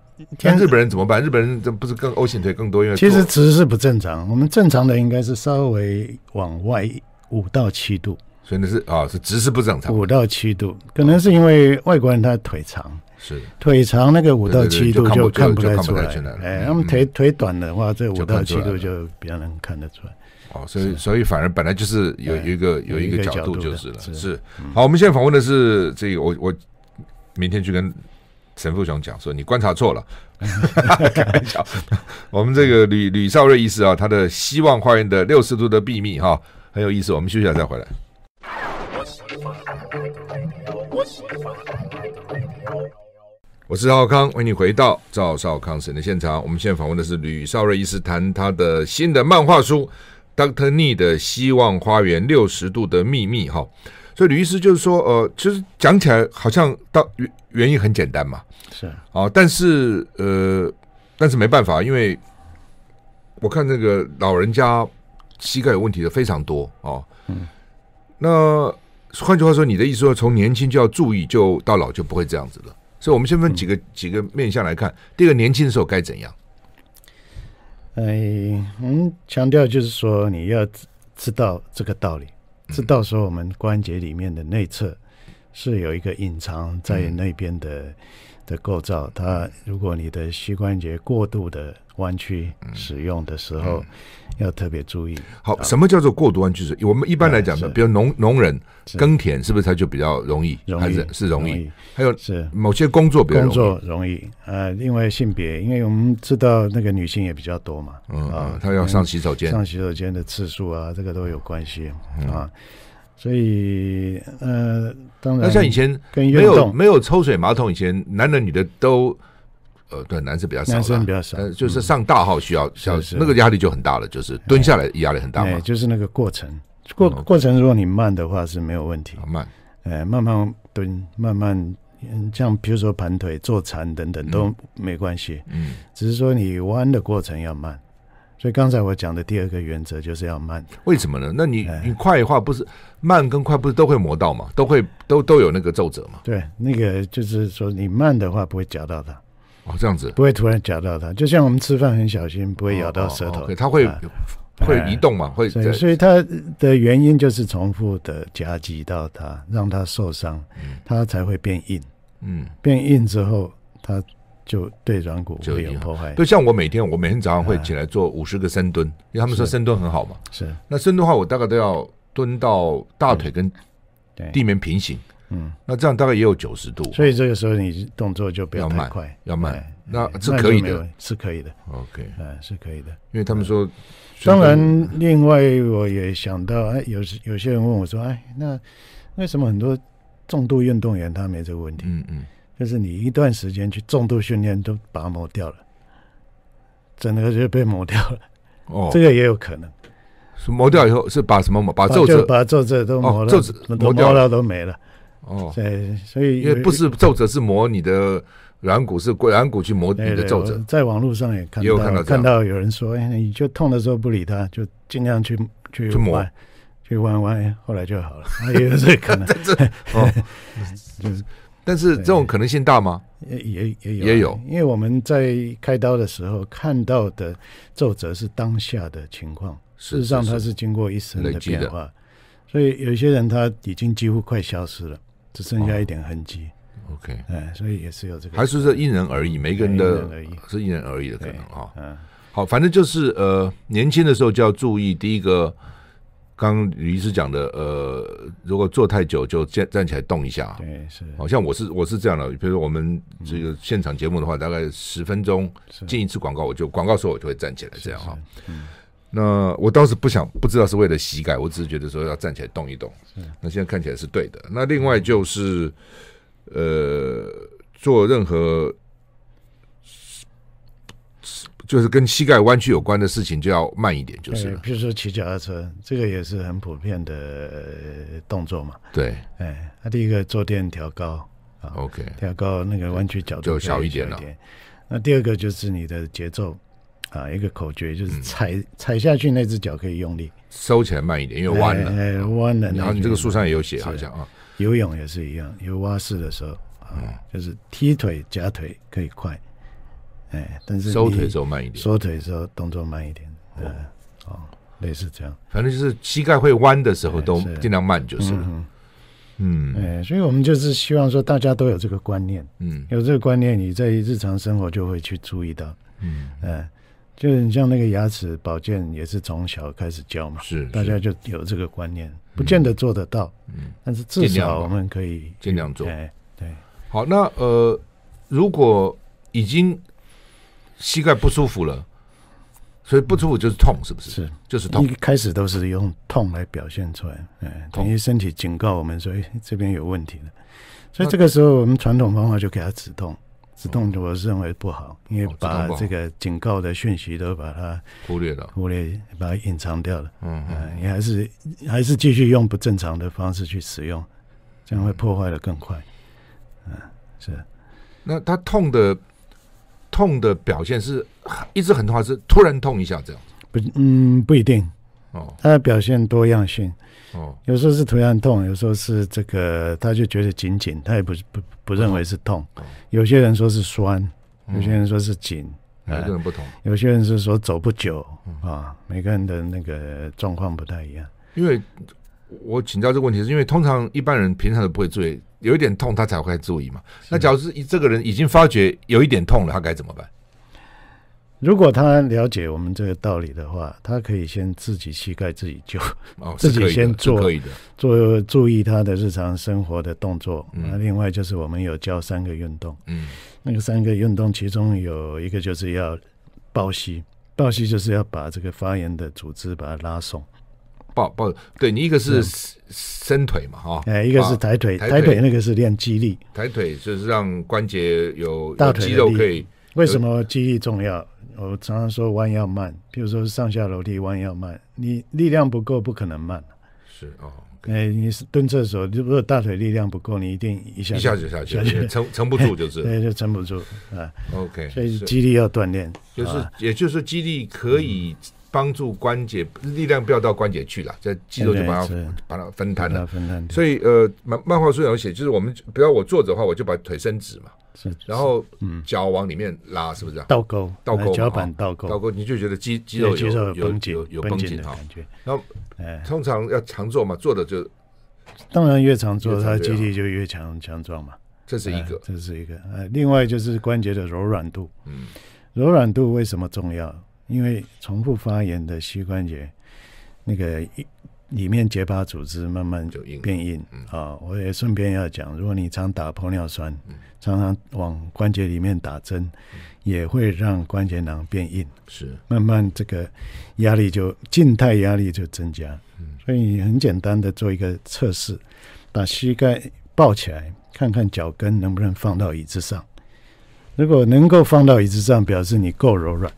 [SPEAKER 1] 那日本人怎么办？日本人这不是更 O 型腿更多？因为
[SPEAKER 2] 其实
[SPEAKER 1] 做
[SPEAKER 2] 直是不正常，我们正常的应该是稍微往外五到七度，
[SPEAKER 1] 所以那是啊、是直是不正常，
[SPEAKER 2] 五到七度，可能是因为外国人他腿长，
[SPEAKER 1] 是
[SPEAKER 2] 腿长那个五到七度
[SPEAKER 1] 对对对就看
[SPEAKER 2] 看
[SPEAKER 1] 不就
[SPEAKER 2] 太出
[SPEAKER 1] 就看不太
[SPEAKER 2] 来
[SPEAKER 1] 出来，了
[SPEAKER 2] 哎，
[SPEAKER 1] 嗯
[SPEAKER 2] 他们腿腿短的话，这
[SPEAKER 1] 就
[SPEAKER 2] 五
[SPEAKER 1] 看
[SPEAKER 2] 到
[SPEAKER 1] 出
[SPEAKER 2] 七
[SPEAKER 1] 来
[SPEAKER 2] 度
[SPEAKER 1] 了
[SPEAKER 2] 就比较能看得出来。
[SPEAKER 1] 哦，所以所以反而本来就是有有一个有一
[SPEAKER 2] 哎有一
[SPEAKER 1] 个
[SPEAKER 2] 个
[SPEAKER 1] 角
[SPEAKER 2] 角
[SPEAKER 1] 度
[SPEAKER 2] 度的
[SPEAKER 1] 就是了，
[SPEAKER 2] 是嗯
[SPEAKER 1] 是好。我们现在访问的是这个，我我明天去跟陈富雄讲说你观察错
[SPEAKER 2] (laughs)
[SPEAKER 1] 了，开玩笑。我们这个吕吕少瑞医师啊，他的希望花园的六十度的秘密哈、很有意思，我们休息一下再回来。我是赵少康，欢迎你回到赵少康神的现场。我们现在访问的是吕少瑞医师，谈他的新的漫画书《Doctor Nee 的希望花园六十度的秘密》哈。所以吕医师就是说，呃，其实讲起来好像到原原因很简单嘛，
[SPEAKER 2] 是啊
[SPEAKER 1] 啊，但是呃，但是没办法，因为我看那个老人家膝盖有问题的非常多哦。嗯，那换句话说，你的意思说从年轻就要注意，就到老就不会这样子了。所以，我们先分几个、几个面向来看。第一个，年轻的时候该怎样？
[SPEAKER 2] 哎，我们强调就是说，你要知知道这个道理，
[SPEAKER 1] 嗯
[SPEAKER 2] 知道说我们关节里面的内侧是有一个隐藏在
[SPEAKER 1] 嗯
[SPEAKER 2] 那边的、的构造。它如果你的膝关节过度的弯曲
[SPEAKER 1] 嗯
[SPEAKER 2] 使用的时候，要特别注意。
[SPEAKER 1] 好，什么叫做过度弯曲？我们一般来讲的，
[SPEAKER 2] 啊嗯是
[SPEAKER 1] 比如农农人
[SPEAKER 2] 是
[SPEAKER 1] 耕田，是不是他就比较容易？
[SPEAKER 2] 容
[SPEAKER 1] 还
[SPEAKER 2] 易
[SPEAKER 1] 是是容易？还有
[SPEAKER 2] 是
[SPEAKER 1] 某些工作比较
[SPEAKER 2] 工
[SPEAKER 1] 容易。
[SPEAKER 2] 作容易，呃，另外性别，因为我们知道那个女性也比较多嘛，
[SPEAKER 1] 嗯
[SPEAKER 2] 啊
[SPEAKER 1] 嗯，，他要上洗手间。
[SPEAKER 2] 上洗手间的次数啊，这个都有关系
[SPEAKER 1] 嗯
[SPEAKER 2] 啊。所以呃，当然，
[SPEAKER 1] 那像以前
[SPEAKER 2] 跟
[SPEAKER 1] 没
[SPEAKER 2] 运
[SPEAKER 1] 有
[SPEAKER 2] 动
[SPEAKER 1] 没有抽水马桶以前，男的女的都，呃，对，男生比较少啦，
[SPEAKER 2] 男生比较少嗯
[SPEAKER 1] 呃，就是上大号需要需要
[SPEAKER 2] 是
[SPEAKER 1] 那个压力就很大了，就是蹲下来压力很大
[SPEAKER 2] 哎，
[SPEAKER 1] 嘛，
[SPEAKER 2] 就是那个过程，过
[SPEAKER 1] 嗯，OK
[SPEAKER 2] 过程，如果你慢的话是没有问题，
[SPEAKER 1] 好慢，
[SPEAKER 2] 哎，慢慢蹲，慢慢。嗯，像比如说盘腿、坐禅等等都没关系，
[SPEAKER 1] 嗯，
[SPEAKER 2] 只是说你弯的过程要慢。所以刚才我讲的第二个原则就是要慢，
[SPEAKER 1] 为什么呢？那你
[SPEAKER 2] 哎
[SPEAKER 1] 你快的话不是慢跟快不是都会磨到嘛，都会都都有那个皱褶嘛，
[SPEAKER 2] 对，那个就是说你慢的话不会夹到它，
[SPEAKER 1] 哦，这样子
[SPEAKER 2] 不会突然夹到它。就像我们吃饭很小心，不会咬到舌
[SPEAKER 1] 哦
[SPEAKER 2] 头
[SPEAKER 1] ，OK，，它会
[SPEAKER 2] 啊
[SPEAKER 1] 会
[SPEAKER 2] 哎
[SPEAKER 1] 移动嘛，会
[SPEAKER 2] 所以，所以它的原因就是重复的夹击到它，让它受伤，它才会变硬。
[SPEAKER 1] 嗯，
[SPEAKER 2] 变硬之后，它就对软骨
[SPEAKER 1] 就
[SPEAKER 2] 会
[SPEAKER 1] 一
[SPEAKER 2] 有
[SPEAKER 1] 样
[SPEAKER 2] 破坏
[SPEAKER 1] 就。像我每天我每天早上会起来做五十个深蹲，因为他们说
[SPEAKER 2] 哎是
[SPEAKER 1] 深蹲很好嘛，
[SPEAKER 2] 是，
[SPEAKER 1] 那深蹲的话我大概都要蹲到大腿跟
[SPEAKER 2] 哎对。
[SPEAKER 1] 地面平行，
[SPEAKER 2] 嗯，
[SPEAKER 1] 那这样大概也有九十度，
[SPEAKER 2] 所以这个时候你动作就不
[SPEAKER 1] 要
[SPEAKER 2] 太
[SPEAKER 1] 慢
[SPEAKER 2] 快，
[SPEAKER 1] 要慢
[SPEAKER 2] 哎，
[SPEAKER 1] 那
[SPEAKER 2] 哎
[SPEAKER 1] 是
[SPEAKER 2] 慢
[SPEAKER 1] 可以
[SPEAKER 2] 就没有
[SPEAKER 1] 的。
[SPEAKER 2] 是可以的，
[SPEAKER 1] OK，
[SPEAKER 2] 嗯，是可以的。
[SPEAKER 1] 因为他们说，
[SPEAKER 2] 当然，另外我也想到，哎，有时有些人问我说，哎，那为什么很多重度运动员他没这个问题？
[SPEAKER 1] 嗯嗯，
[SPEAKER 2] 就是你一段时间去重度训练都把它磨掉了，整个就被磨掉了，
[SPEAKER 1] 哦，
[SPEAKER 2] 这个也有可能，
[SPEAKER 1] 是磨掉以后是把什么磨把皱
[SPEAKER 2] 就
[SPEAKER 1] 褶
[SPEAKER 2] 把皱褶都磨
[SPEAKER 1] 哦
[SPEAKER 2] 了，
[SPEAKER 1] 皱褶
[SPEAKER 2] 都
[SPEAKER 1] 磨
[SPEAKER 2] 磨
[SPEAKER 1] 掉了
[SPEAKER 2] 了都没了，
[SPEAKER 1] 哦，
[SPEAKER 2] 对，所以
[SPEAKER 1] 因为不是皱褶是磨你的软骨，是软骨去磨你
[SPEAKER 2] 对
[SPEAKER 1] 的
[SPEAKER 2] 对
[SPEAKER 1] 皱
[SPEAKER 2] 我
[SPEAKER 1] 褶。
[SPEAKER 2] 在网络上也看
[SPEAKER 1] 也有看到
[SPEAKER 2] 到
[SPEAKER 1] 这样
[SPEAKER 2] 看到有人说，哎，你就痛的时候不理它，就尽量去去
[SPEAKER 1] 去磨
[SPEAKER 2] 弯。去弯弯，后来就 (laughs)
[SPEAKER 1] (laughs)
[SPEAKER 2] 好了。啊也有这个可能，
[SPEAKER 1] 但是哦，
[SPEAKER 2] (laughs) 就是
[SPEAKER 1] 但是这种可能性大吗？
[SPEAKER 2] 也也也有啊
[SPEAKER 1] 也有
[SPEAKER 2] 因为我们在开刀的时候看到的皱褶是当下的情况，
[SPEAKER 1] 是
[SPEAKER 2] 事实上
[SPEAKER 1] 是
[SPEAKER 2] 它是经过一生
[SPEAKER 1] 累
[SPEAKER 2] 的
[SPEAKER 1] 积的
[SPEAKER 2] 变化，所以有些人他已经几乎快消失了，只剩下一点痕迹，
[SPEAKER 1] OK，
[SPEAKER 2] 哎、所以也是有这个，
[SPEAKER 1] 哦还是说因人而异，每个人的
[SPEAKER 2] 因人而异
[SPEAKER 1] 是因人而异的可能哈、
[SPEAKER 2] 嗯，
[SPEAKER 1] 好，反正就是呃，年轻的时候就要注意，第一个，刚刚吕医师讲的，呃，如果坐太久就站站起来动一下。啊
[SPEAKER 2] 对，是
[SPEAKER 1] 好像我是我是这样的，比如说我们这个现场节目的话，大概十分钟
[SPEAKER 2] 是
[SPEAKER 1] 进一次广告，我就广告时候我就会站起来这样哈。
[SPEAKER 2] 是嗯
[SPEAKER 1] 那我当时不想不知道是为了膝盖，我只是觉得说要站起来动一动。那现在看起来是对的。那另外就是，呃，做任何就是跟膝盖弯曲有关的事情，就要慢一点，就是
[SPEAKER 2] 对
[SPEAKER 1] 了。
[SPEAKER 2] 比如说骑脚踏车，这个也是很普遍的、呃动作嘛。
[SPEAKER 1] 对
[SPEAKER 2] 哎，那、第一个坐垫调高，
[SPEAKER 1] ，OK，
[SPEAKER 2] 调高那个弯曲角度
[SPEAKER 1] 就
[SPEAKER 2] 可以
[SPEAKER 1] 小
[SPEAKER 2] 小
[SPEAKER 1] 一点了
[SPEAKER 2] 那第二个就是你的节奏啊，一个口诀就是
[SPEAKER 1] 嗯
[SPEAKER 2] 踩、踩下去那只脚可以用力，
[SPEAKER 1] 收起来慢一点，因为弯了。
[SPEAKER 2] 哎哎弯了那边。
[SPEAKER 1] 然后你这个书上也有写，好像啊，
[SPEAKER 2] 游泳也是一样，游蛙式的时候啊，
[SPEAKER 1] 嗯
[SPEAKER 2] 就是踢腿夹腿可以快，哎，但是
[SPEAKER 1] 收腿的时
[SPEAKER 2] 时
[SPEAKER 1] 候慢一点。
[SPEAKER 2] 收腿的时候动作慢一点，嗯、哦，类似这样。
[SPEAKER 1] 反正就是膝盖会弯的时候都
[SPEAKER 2] 哎是
[SPEAKER 1] 尽量慢就是了。嗯
[SPEAKER 2] 嗯哎，所以我们就是希望说大家都有这个观念，
[SPEAKER 1] 嗯
[SPEAKER 2] 有这个观念，你在日常生活就会去注意到。
[SPEAKER 1] 嗯，
[SPEAKER 2] 嗯，就是你像那个牙齿保健也是从小开始教嘛，
[SPEAKER 1] 是
[SPEAKER 2] 大家就有这个观念，不见得做得到，
[SPEAKER 1] 嗯，
[SPEAKER 2] 但是至
[SPEAKER 1] 尽量吧
[SPEAKER 2] 少我们可以
[SPEAKER 1] 尽量做。
[SPEAKER 2] 哎，对，
[SPEAKER 1] 好，那呃，如果已经膝盖不舒服了，所以不舒服就是痛，是不是？
[SPEAKER 2] 是
[SPEAKER 1] 就是
[SPEAKER 2] 一
[SPEAKER 1] 痛。
[SPEAKER 2] 开始都是用痛来表现出来，哎，
[SPEAKER 1] 痛
[SPEAKER 2] 等于身体警告我们说，哎，这边有问题了。所以这个时候，我们传统方法就给他止痛，止痛我认为不好，因
[SPEAKER 1] 哦
[SPEAKER 2] 为
[SPEAKER 1] 嗯止痛
[SPEAKER 2] 把
[SPEAKER 1] 不好
[SPEAKER 2] 这个警告的讯息都把它
[SPEAKER 1] 忽略了。
[SPEAKER 2] 忽略、把它隐藏掉了。
[SPEAKER 1] 嗯嗯，
[SPEAKER 2] 嗯，你还是还是继续用不正常的方式去使用，这样会破坏的更快。嗯，是
[SPEAKER 1] 那他痛的痛的表现是一直很痛，还是突然痛一下这样子？
[SPEAKER 2] 不嗯不一定，
[SPEAKER 1] 哦
[SPEAKER 2] 它的表现多样性，
[SPEAKER 1] 哦，
[SPEAKER 2] 有时候是突然痛，有时候是这个他就觉得紧紧，他也不不不认为是痛
[SPEAKER 1] 哦，
[SPEAKER 2] 有些人说是酸，
[SPEAKER 1] 嗯
[SPEAKER 2] 有些人说是紧，
[SPEAKER 1] 每个
[SPEAKER 2] 呃
[SPEAKER 1] 人不同，
[SPEAKER 2] 有些人是说走不久
[SPEAKER 1] 嗯
[SPEAKER 2] 啊，每个人的那个状况不太一样。
[SPEAKER 1] 因为我请教这个问题，是因为通常一般人平常都不会注意，有一点痛他才会注意嘛。那假如是这个人已经发觉有一点痛了，他该怎么办？
[SPEAKER 2] 如果他了解我们这个道理的话，他可以先自己膝盖自己救。
[SPEAKER 1] 哦，
[SPEAKER 2] 自
[SPEAKER 1] 是
[SPEAKER 2] 己
[SPEAKER 1] 可以的
[SPEAKER 2] 先
[SPEAKER 1] 是
[SPEAKER 2] 做
[SPEAKER 1] 可以的。
[SPEAKER 2] (laughs) 做注意他的日常生活的动作。
[SPEAKER 1] 嗯
[SPEAKER 2] 那、另外就是我们有教三个运动，
[SPEAKER 1] 嗯
[SPEAKER 2] 那个三个运动其中有一个就是要抱膝，抱膝就是要把这个发炎的组织把它拉松。
[SPEAKER 1] 抱抱，对你一个是伸腿嘛，哈，
[SPEAKER 2] 嗯哎，一个是
[SPEAKER 1] 啊
[SPEAKER 2] 抬腿，
[SPEAKER 1] 抬
[SPEAKER 2] 抬
[SPEAKER 1] 腿
[SPEAKER 2] 腿那个是练肌力。
[SPEAKER 1] 抬腿，就是让关节有
[SPEAKER 2] 大
[SPEAKER 1] 有
[SPEAKER 2] 腿的
[SPEAKER 1] 肌肉
[SPEAKER 2] 力
[SPEAKER 1] 可以，
[SPEAKER 2] 为什么肌力重要？我常常说弯要慢，比如说上下楼梯弯要慢，你力量不够不可能慢。
[SPEAKER 1] 是哦，
[SPEAKER 2] 哎，你是蹲厕所，如果大腿力量不够，你一定一下
[SPEAKER 1] 一下就下
[SPEAKER 2] 下 (laughs)
[SPEAKER 1] 去，撑撑不住就是了
[SPEAKER 2] 对，就撑不住啊。
[SPEAKER 1] OK，
[SPEAKER 2] 所以
[SPEAKER 1] 是
[SPEAKER 2] 肌啊力要锻炼。
[SPEAKER 1] 就是也就是说肌力可以帮助关节力量不要到关节去了，这肌肉就把
[SPEAKER 2] 对
[SPEAKER 1] 它
[SPEAKER 2] 哎是
[SPEAKER 1] 把它分
[SPEAKER 2] 把
[SPEAKER 1] 摊
[SPEAKER 2] 它
[SPEAKER 1] 了。
[SPEAKER 2] 分担掉。
[SPEAKER 1] 所以呃，漫漫画书上有写，就是我们不要我坐着的话，我就把腿伸直嘛，
[SPEAKER 2] 是嗯
[SPEAKER 1] 然后脚往里面拉，是不是这啊样？
[SPEAKER 2] 倒钩，
[SPEAKER 1] 倒钩嘛
[SPEAKER 2] 呃
[SPEAKER 1] 哈
[SPEAKER 2] 脚板倒钩，
[SPEAKER 1] 倒钩你就觉得肌肌肉
[SPEAKER 2] 对肌
[SPEAKER 1] 有
[SPEAKER 2] 肉
[SPEAKER 1] 有
[SPEAKER 2] 绷紧
[SPEAKER 1] 有，有
[SPEAKER 2] 绷
[SPEAKER 1] 绷
[SPEAKER 2] 紧
[SPEAKER 1] 紧
[SPEAKER 2] 的
[SPEAKER 1] 哈。
[SPEAKER 2] 感觉。
[SPEAKER 1] 然后
[SPEAKER 2] 哎，
[SPEAKER 1] 通常要常做嘛，做的就
[SPEAKER 2] 当然越常做，
[SPEAKER 1] 越常
[SPEAKER 2] 它的
[SPEAKER 1] 这
[SPEAKER 2] 肌
[SPEAKER 1] 样
[SPEAKER 2] 力就越强强壮嘛。
[SPEAKER 1] 这是一个
[SPEAKER 2] 哎，这是一个。呃，另外就是关节的柔软度，
[SPEAKER 1] 嗯，
[SPEAKER 2] 柔软度为什么重要？因为重复发炎的膝关节，那个一里面结疤组织慢慢
[SPEAKER 1] 就硬了
[SPEAKER 2] 变硬
[SPEAKER 1] 嗯
[SPEAKER 2] 啊。我也顺便要讲，如果你常打玻尿酸，常常往关节里面打针，
[SPEAKER 1] 嗯
[SPEAKER 2] 也会让关节囊变硬。
[SPEAKER 1] 是
[SPEAKER 2] 慢慢这个压力就静态压力就增加，
[SPEAKER 1] 嗯
[SPEAKER 2] 所以很简单的做一个测试，把膝盖抱起来，看看脚跟能不能放到椅子上。如果能够放到椅子上，表示你够柔软。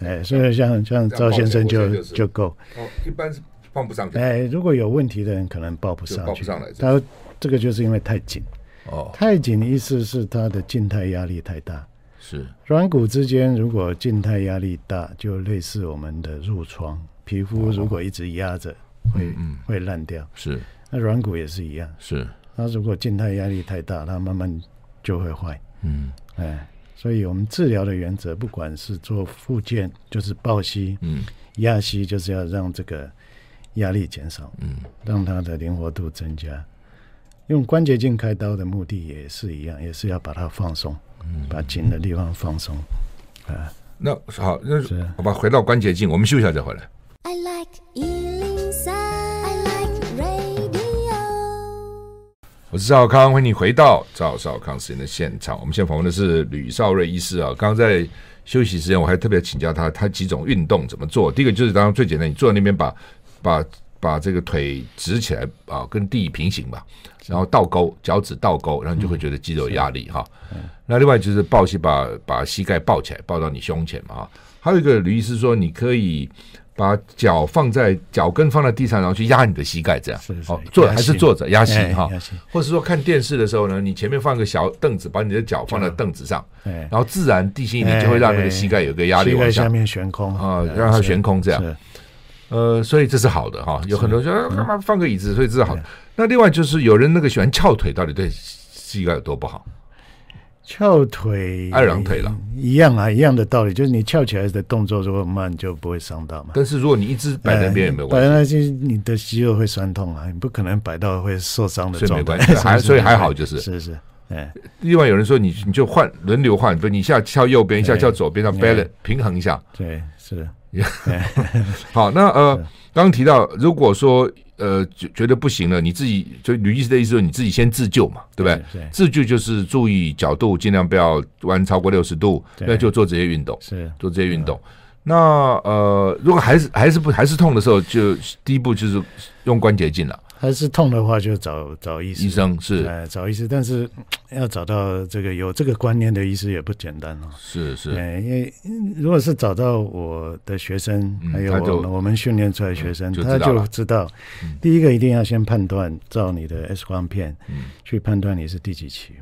[SPEAKER 2] 哎，所以像像赵先生
[SPEAKER 1] 嗯这样抱起来我现在就
[SPEAKER 2] 就
[SPEAKER 1] 是
[SPEAKER 2] 就够。
[SPEAKER 1] 哦，一般是放不上去
[SPEAKER 2] 哎，如果有问题的人可能抱不
[SPEAKER 1] 就
[SPEAKER 2] 上
[SPEAKER 1] 抱不
[SPEAKER 2] 去，
[SPEAKER 1] 上来
[SPEAKER 2] 他这个就是因为太紧，
[SPEAKER 1] 哦，
[SPEAKER 2] 太紧的意思是他的静态压力太大。
[SPEAKER 1] 是
[SPEAKER 2] 软骨之间如果静态压力大，就类似我们的褥疮，皮肤如果一直压着，会
[SPEAKER 1] 哦嗯
[SPEAKER 2] 会烂掉。
[SPEAKER 1] 是
[SPEAKER 2] 那软骨也是一样，
[SPEAKER 1] 是
[SPEAKER 2] 它如果静态压力太大，它慢慢就会坏。
[SPEAKER 1] 嗯
[SPEAKER 2] 哎，所以我们治疗的原则，不管是做复健，就是抱膝、
[SPEAKER 1] 嗯
[SPEAKER 2] 压膝，就是要让这个压力减少，
[SPEAKER 1] 嗯，
[SPEAKER 2] 让它的灵活度增加。用关节镜开刀的目的也是一样，也是要把它放松，
[SPEAKER 1] 嗯
[SPEAKER 2] 把紧的地方放松。
[SPEAKER 1] 那好，那
[SPEAKER 2] 是
[SPEAKER 1] 好吧，回到关节镜，我们休息一下再回来。
[SPEAKER 3] I like Ealing Sound. I like radio.
[SPEAKER 1] 我是赵少康，欢迎你回到赵少康时间的现场。我们现在访问的是吕少瑞医师啊。刚刚在休息时间，我还特别请教他，他几种运动怎么做。第一个就是当然最简单，你坐在那边把把把这个腿直起来啊，跟地平行吧，然后倒钩，脚趾倒钩，然后你就会觉得肌肉有压力哈。那另外就是抱膝，把把膝盖抱起来，抱到你胸前嘛哈。还有一个吕医师说，你可以把脚放在脚跟放在地上，然后去压你的膝盖，这样
[SPEAKER 2] 是是
[SPEAKER 1] 哦，坐
[SPEAKER 2] 压
[SPEAKER 1] 还是
[SPEAKER 2] 膝
[SPEAKER 1] 坐着压膝
[SPEAKER 2] 哎
[SPEAKER 1] 哈
[SPEAKER 2] 压膝。
[SPEAKER 1] 或是说看电视的时候呢，你前面放个小凳子，把你的脚放在凳子上，
[SPEAKER 2] 哎，
[SPEAKER 1] 然后自然地心引力就会让那个膝盖有个压力
[SPEAKER 2] 膝盖
[SPEAKER 1] 往
[SPEAKER 2] 下
[SPEAKER 1] 下。
[SPEAKER 2] 面悬空
[SPEAKER 1] 啊让它悬空这样
[SPEAKER 2] 是
[SPEAKER 1] 呃，所以这是好的哈。有很多人说啊干
[SPEAKER 2] 嗯
[SPEAKER 1] 嘛放个椅子，所以这是好的。那另外就是有人那个喜欢翘腿，到底对膝盖有多不好？
[SPEAKER 2] 翘腿，
[SPEAKER 1] 爱郎腿了，
[SPEAKER 2] 一样啊，一样的道理，就是你翘起来的动作如果慢，就不会伤到嘛。哎
[SPEAKER 1] 但是如果你一直摆在那边也没有
[SPEAKER 2] 摆
[SPEAKER 1] 关
[SPEAKER 2] 那
[SPEAKER 1] 系，
[SPEAKER 2] 就是你的肌肉会酸痛啊，你不可能摆到会受伤的
[SPEAKER 1] 所以没
[SPEAKER 2] 状态
[SPEAKER 1] 关系，还
[SPEAKER 2] (laughs) 是不是
[SPEAKER 1] 所以还好就是
[SPEAKER 2] 是是，哎，
[SPEAKER 1] 另外有人说你你就换轮流换，比如你一下翘右边，一下
[SPEAKER 2] 对
[SPEAKER 1] 翘左边，让
[SPEAKER 2] 对
[SPEAKER 1] balance 平衡一下。
[SPEAKER 2] 对是，
[SPEAKER 1] 好，那呃，刚刚提到，如果说呃觉觉得不行了，你自己就吕医师的意思说，你自己先自救嘛，对不对？
[SPEAKER 2] 对对
[SPEAKER 1] 自救就是注意角度，尽量不要弯超过六十度，
[SPEAKER 2] 对
[SPEAKER 1] 那就做这些运动，
[SPEAKER 2] 是啊
[SPEAKER 1] 做这些运动。那呃，如果还是还是不还是痛的时候，就第一步就是用关节镜了，
[SPEAKER 2] 还是痛的话就找找医
[SPEAKER 1] 医
[SPEAKER 2] 师，
[SPEAKER 1] 生是
[SPEAKER 2] 哎，找医师，但是嗯要找到这个有这个观念的医师也不简单哦。
[SPEAKER 1] 是是，
[SPEAKER 2] 哎，因为嗯如果是找到我的学生，
[SPEAKER 1] 嗯
[SPEAKER 2] 还有
[SPEAKER 1] 他就
[SPEAKER 2] 我们我们训练出来的学生，
[SPEAKER 1] 嗯就
[SPEAKER 2] 他
[SPEAKER 1] 知道
[SPEAKER 2] 就
[SPEAKER 1] 了
[SPEAKER 2] 知道，第一个一定要先判断，照你的 X 光片
[SPEAKER 1] 嗯
[SPEAKER 2] 去判断你是第几期，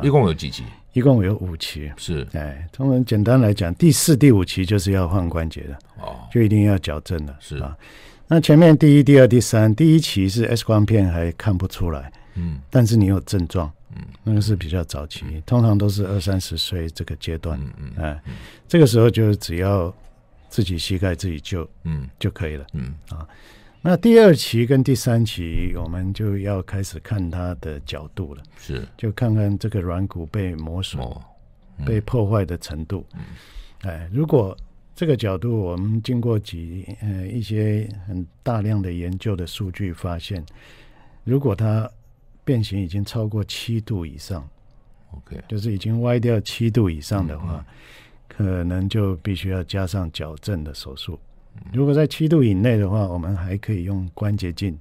[SPEAKER 1] 嗯一共有几期？
[SPEAKER 2] 一共有五期。
[SPEAKER 1] 是
[SPEAKER 2] 哎，通常简单来讲，第四、第五期就是要换关节的，
[SPEAKER 1] 哦，
[SPEAKER 2] 就一定要矫正了。
[SPEAKER 1] 是
[SPEAKER 2] 啊，那前面第一、第二、第三，第一期是 X 光片还看不出来，
[SPEAKER 1] 嗯
[SPEAKER 2] 但是你有症状，
[SPEAKER 1] 嗯，
[SPEAKER 2] 那个是比较早期，通常都是二三十岁这个阶段，
[SPEAKER 1] 嗯嗯
[SPEAKER 2] 哎，这个时候就只要自己膝盖自己救
[SPEAKER 1] 嗯
[SPEAKER 2] 就可以了。
[SPEAKER 1] 嗯
[SPEAKER 2] 那第二期跟第三期，我们就要开始看它的角度了，
[SPEAKER 1] 是
[SPEAKER 2] 就看看这个软骨被磨损
[SPEAKER 1] 哦，嗯
[SPEAKER 2] 被破坏的程度。哎，如果这个角度，我们经过几呃一些很大量的研究的数据发现，如果它变形已经超过七度以上，
[SPEAKER 1] OK
[SPEAKER 2] 就是已经歪掉七度以上的话，可能就必须要加上矫正的手术。如果在七度以内的话，我们还可以用关节镜，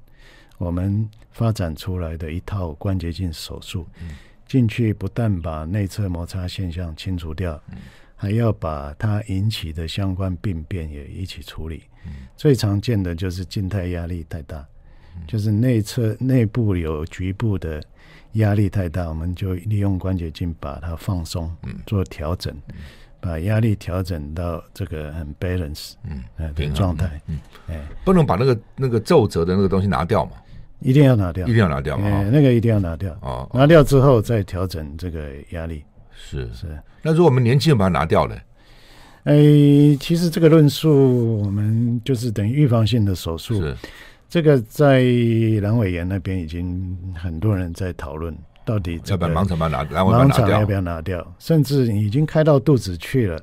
[SPEAKER 2] 我们发展出来的一套关节镜手术，进去不但把内侧摩擦现象清除掉，还要把它引起的相关病变也一起处理。最常见的就是静态压力太大，就是内侧内部有局部的压力太大，我们就利用关节镜把它放松，
[SPEAKER 1] 嗯
[SPEAKER 2] 做调整，把压力调整到这个很 balance
[SPEAKER 1] 嗯
[SPEAKER 2] 呃的
[SPEAKER 1] 平衡
[SPEAKER 2] 状态，
[SPEAKER 1] 嗯，
[SPEAKER 2] 哎，
[SPEAKER 1] 不能把那个那个皱褶的那个东西拿掉嘛，
[SPEAKER 2] 一定要拿掉
[SPEAKER 1] 一，定要拿掉嘛。
[SPEAKER 2] 哎
[SPEAKER 1] 哈，
[SPEAKER 2] 那个一定要拿掉，
[SPEAKER 1] 哦哦
[SPEAKER 2] 拿掉之后再调整这个压力。
[SPEAKER 1] 是
[SPEAKER 2] 是。
[SPEAKER 1] 那如果我们年轻人把它拿掉了，
[SPEAKER 2] 哎，其实这个论述我们就是等于预防性的手术，
[SPEAKER 1] 是
[SPEAKER 2] 这个在阑尾炎那边已经很多人在讨论，到底这
[SPEAKER 1] 要不
[SPEAKER 2] 个
[SPEAKER 1] 然盲肠把它拿，然后把它
[SPEAKER 2] 盲
[SPEAKER 1] 拿
[SPEAKER 2] 肠要不
[SPEAKER 1] 掉，
[SPEAKER 2] 要拿掉？甚至你已经开到肚子去了，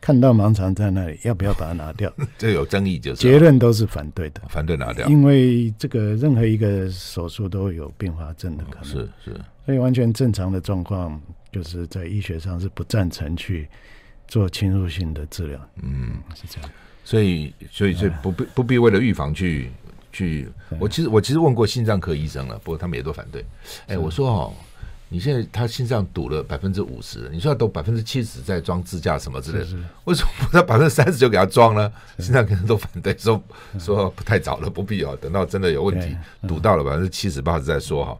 [SPEAKER 2] 看到盲肠在那里，要不要把它
[SPEAKER 1] (laughs)
[SPEAKER 2] 拿掉？
[SPEAKER 1] 这有争议就是
[SPEAKER 2] 结论嗯都是反对的，
[SPEAKER 1] 反对拿掉，
[SPEAKER 2] 因为这个任何一个手术都有并发症的可能，
[SPEAKER 1] 是是
[SPEAKER 2] 所以完全正常的状况就是在医学上是不赞成去做侵入性的治疗，
[SPEAKER 1] 嗯，
[SPEAKER 2] 是这样。
[SPEAKER 1] 所以所以所以不必不必为了预防去去，我其实我其实问过心脏科医生了，不过他们也都反对。哎，我说哦。你现在他心脏堵了百分之五十，你说要都百分之七十在装支架什么之类的，为什么不到百分之三十就给他装呢？心脏科人都反对，说说不太早了，不必哦要，等到真的有问题
[SPEAKER 2] 对，
[SPEAKER 1] 堵到了百分之七十八十再说哈。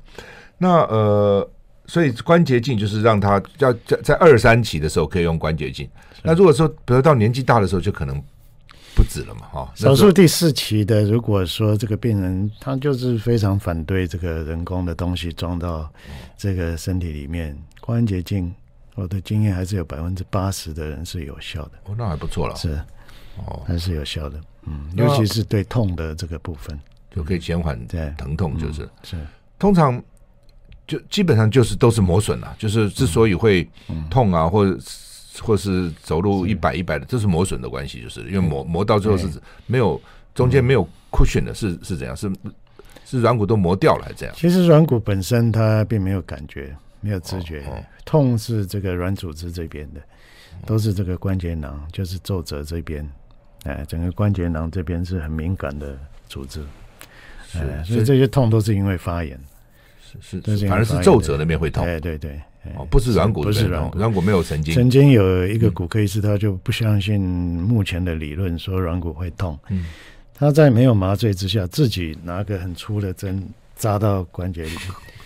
[SPEAKER 1] 那呃，所以关节镜就是让他要在在二三期的时候可以用关节镜。那如果说，比如到年纪大的时候，就可能不止了嘛，哈。那
[SPEAKER 2] 手
[SPEAKER 1] 时候
[SPEAKER 2] 术第四期的，如果说这个病人他就是非常反对这个人工的东西装到这个身体里面，关节镜我的经验还是有百分之八十的人是有效的，
[SPEAKER 1] 哦，那还不错了，
[SPEAKER 2] 是
[SPEAKER 1] 哦，
[SPEAKER 2] 还是有效的，嗯，
[SPEAKER 1] 那
[SPEAKER 2] 尤其是对痛的这个部分，
[SPEAKER 1] 就可以减缓
[SPEAKER 2] 对
[SPEAKER 1] 疼痛，就是、
[SPEAKER 2] 是
[SPEAKER 1] 通常就基本上就是都是磨损了、就是之所以会
[SPEAKER 2] 嗯
[SPEAKER 1] 痛啊，或者或是走路一摆一摆的，这是磨损的关系，就是因为磨磨到最后是没有中
[SPEAKER 2] 嗯
[SPEAKER 1] 间没有 cushion 的，是是怎样？是是软骨都磨掉了，还是这样？
[SPEAKER 2] 其实软骨本身它并没有感觉，没有知觉，
[SPEAKER 1] 哦哦
[SPEAKER 2] 痛是这个软组织这边的，
[SPEAKER 1] 嗯
[SPEAKER 2] 都是这个关节囊，就是皱褶这边，哎，整个关节囊这边是很敏感的组织，哎，所以
[SPEAKER 1] 是
[SPEAKER 2] 这些痛都是因为发炎，
[SPEAKER 1] 是
[SPEAKER 2] 这是
[SPEAKER 1] 是，反而是皱褶那边会痛，
[SPEAKER 2] 哎，对对，哎
[SPEAKER 1] 哦，不是软骨
[SPEAKER 2] 不
[SPEAKER 1] 这
[SPEAKER 2] 是
[SPEAKER 1] 边
[SPEAKER 2] 软
[SPEAKER 1] 痛，
[SPEAKER 2] 骨。
[SPEAKER 1] 软骨没有神经
[SPEAKER 2] 曾，经有一个骨科医师，他就不相信目前的理论说软骨会痛，
[SPEAKER 1] 嗯，
[SPEAKER 2] 他在没有麻醉之下，自己拿个很粗的针扎到
[SPEAKER 1] (laughs)
[SPEAKER 2] 关节里，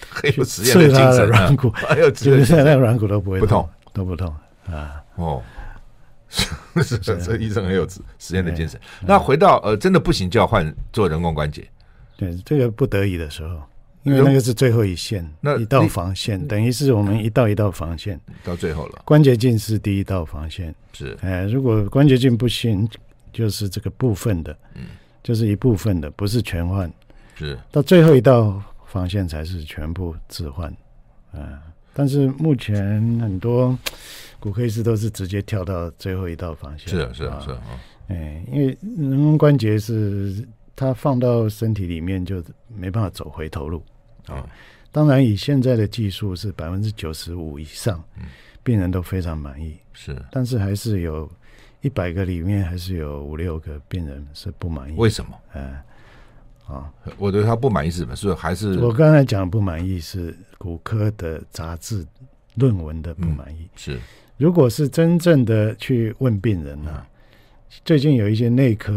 [SPEAKER 1] 很有实验
[SPEAKER 2] 刺
[SPEAKER 1] 精
[SPEAKER 2] 他的
[SPEAKER 1] 神啊
[SPEAKER 2] 软骨， (laughs)
[SPEAKER 1] 还有实
[SPEAKER 2] 就
[SPEAKER 1] 验
[SPEAKER 2] 是
[SPEAKER 1] 精
[SPEAKER 2] 现
[SPEAKER 1] 神
[SPEAKER 2] 在软骨都不会
[SPEAKER 1] 不痛，
[SPEAKER 2] 都不痛啊。
[SPEAKER 1] 哦。是是是，这医生很有实实验的精神。
[SPEAKER 2] 嗯
[SPEAKER 1] 那回到呃，真的不行就要换做人工关节。
[SPEAKER 2] 对，这个不得已的时候，因为那个是最后一线，
[SPEAKER 1] 那
[SPEAKER 2] 一道防线，等于是我们一道一道防线，
[SPEAKER 1] 到最后了，
[SPEAKER 2] 关节镜是第一道防线。
[SPEAKER 1] 是
[SPEAKER 2] 哎，如果关节镜不行，就是这个部分的，
[SPEAKER 1] 嗯，
[SPEAKER 2] 就是一部分的，不是全换。
[SPEAKER 1] 是
[SPEAKER 2] 到最后一道防线才是全部置换，啊、但是目前很多骨科医师都是直接跳到最后一道防线，
[SPEAKER 1] 是是
[SPEAKER 2] 啊
[SPEAKER 1] 是，啊，
[SPEAKER 2] 哎，因为人工关节是它放到身体里面就没办法走回头路。
[SPEAKER 1] 啊
[SPEAKER 2] 当然，以现在的技术是百分之九十五以上
[SPEAKER 1] 嗯，
[SPEAKER 2] 病人都非常满意，
[SPEAKER 1] 是
[SPEAKER 2] 但是还是有一百个里面还是有五六个病人是不满意，
[SPEAKER 1] 为什么？
[SPEAKER 2] 嗯啊。
[SPEAKER 1] 我对他不满意是什么？是还是
[SPEAKER 2] 我刚才讲不满意是骨科的杂志论文的不
[SPEAKER 1] 嗯
[SPEAKER 2] 满意。
[SPEAKER 1] 是
[SPEAKER 2] 如果是真正的去问病人啊，最近有一些内科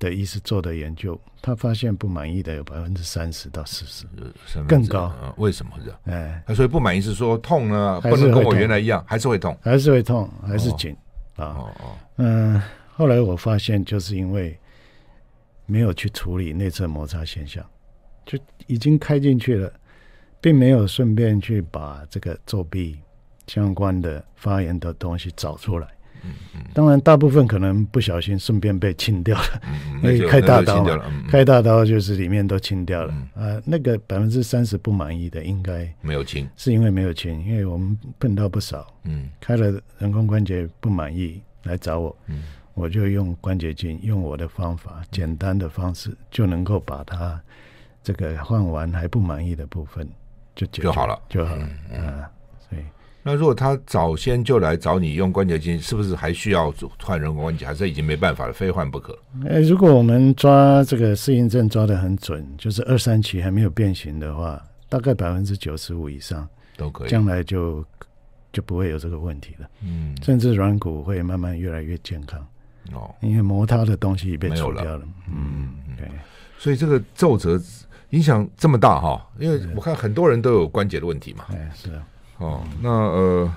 [SPEAKER 2] 的医师做的研究，他发现不满意的有百分之三十到四十。
[SPEAKER 1] 呃三分
[SPEAKER 2] 更
[SPEAKER 1] 之
[SPEAKER 2] 高
[SPEAKER 1] 啊为什么这样？
[SPEAKER 2] 哎，
[SPEAKER 1] 啊所以不满意是说痛呢，
[SPEAKER 2] 还
[SPEAKER 1] 不
[SPEAKER 2] 是
[SPEAKER 1] 能跟
[SPEAKER 2] 会
[SPEAKER 1] 我
[SPEAKER 2] 痛
[SPEAKER 1] 原来一样，还是会痛。
[SPEAKER 2] 还是会痛，还是紧、啊。
[SPEAKER 1] 哦哦，
[SPEAKER 2] 嗯、后来我发现就是因为没有去处理内侧摩擦现象，就已经开进去了，并没有顺便去把这个作弊相关的发炎的东西找出来。
[SPEAKER 1] 嗯嗯
[SPEAKER 2] 当然，大部分可能不小心顺便被清掉 (laughs) 了，
[SPEAKER 1] 嗯嗯，
[SPEAKER 2] 那
[SPEAKER 1] 那
[SPEAKER 2] 个
[SPEAKER 1] 就
[SPEAKER 2] 开大
[SPEAKER 1] 那就
[SPEAKER 2] 刀
[SPEAKER 1] 清
[SPEAKER 2] 嘛
[SPEAKER 1] 掉了，嗯嗯
[SPEAKER 2] 开大刀就是里面都清掉了。呃，那个百分之三十不满意的，应该
[SPEAKER 1] 没有清，
[SPEAKER 2] 是因为没有清，因为我们碰到不少
[SPEAKER 1] 嗯
[SPEAKER 2] 开了人工关节不满意来找我，
[SPEAKER 1] 嗯
[SPEAKER 2] 我就用关节镜，用我的方法，简单的方式就能够把它这个换完还不满意的部分就解决
[SPEAKER 1] 就好了，嗯
[SPEAKER 2] 就好了啊。所以
[SPEAKER 1] 那如果他早先就来找你用关节镜，是不是还需要做换人工关节，还是已经没办法了，非换不可？
[SPEAKER 2] 呃，如果我们抓这个适应症抓得很准，就是二三期还没有变形的话，大概百分之九十五以上，
[SPEAKER 1] 都可以，
[SPEAKER 2] 将来就就不会有这个问题了，
[SPEAKER 1] 嗯
[SPEAKER 2] 甚至软骨会慢慢越来越健康，
[SPEAKER 1] 哦，
[SPEAKER 2] 因为摩擦的东西被
[SPEAKER 1] 没有
[SPEAKER 2] 除
[SPEAKER 1] 了
[SPEAKER 2] 掉了。嗯，对，
[SPEAKER 1] 所以这个皱褶影响这么大哈，因为我看很多人都有关节的问题嘛，
[SPEAKER 2] 哎，是啊，
[SPEAKER 1] 哦，那呃，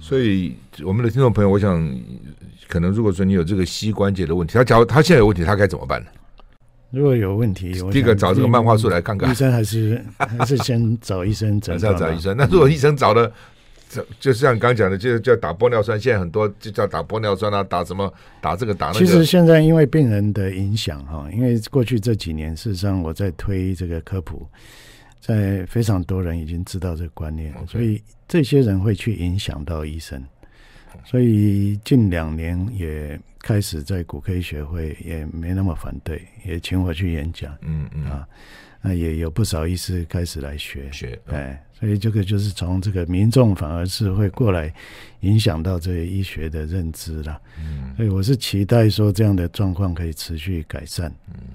[SPEAKER 1] 所以我们的听众朋友，我想可能如果说你有这个膝关节的问题，他假如他现在有问题，他该怎么办呢？
[SPEAKER 2] 如果有问题，我
[SPEAKER 1] 第一个
[SPEAKER 2] 想
[SPEAKER 1] 找这个
[SPEAKER 2] 医
[SPEAKER 1] 漫画书来看看
[SPEAKER 2] 医，生还是还是先找医生
[SPEAKER 1] 还
[SPEAKER 2] 诊
[SPEAKER 1] 是要
[SPEAKER 2] 断
[SPEAKER 1] 找
[SPEAKER 2] 吧
[SPEAKER 1] 医。生。那如果医生找的，这就像你刚刚讲的，就叫打玻尿酸，现在很多就叫打玻尿酸啊，打什么打这个打那
[SPEAKER 2] 其
[SPEAKER 1] 个，
[SPEAKER 2] 实现在因为病人的影响哈，因为过去这几年，事实上我在推这个科普，在非常多人已经知道这个观念
[SPEAKER 1] OK
[SPEAKER 2] 所以这些人会去影响到医生，
[SPEAKER 1] 嗯
[SPEAKER 2] 所以近两年也开始在骨科医学会也没那么反对，也请我去演讲，
[SPEAKER 1] 嗯嗯，
[SPEAKER 2] 啊那也有不少医师开始来学，
[SPEAKER 1] 学
[SPEAKER 2] 哎，所以这个就是从这个民众反而是会过来影响到这个医学的认知啦。
[SPEAKER 1] 嗯，
[SPEAKER 2] 所以我是期待说这样的状况可以持续改善，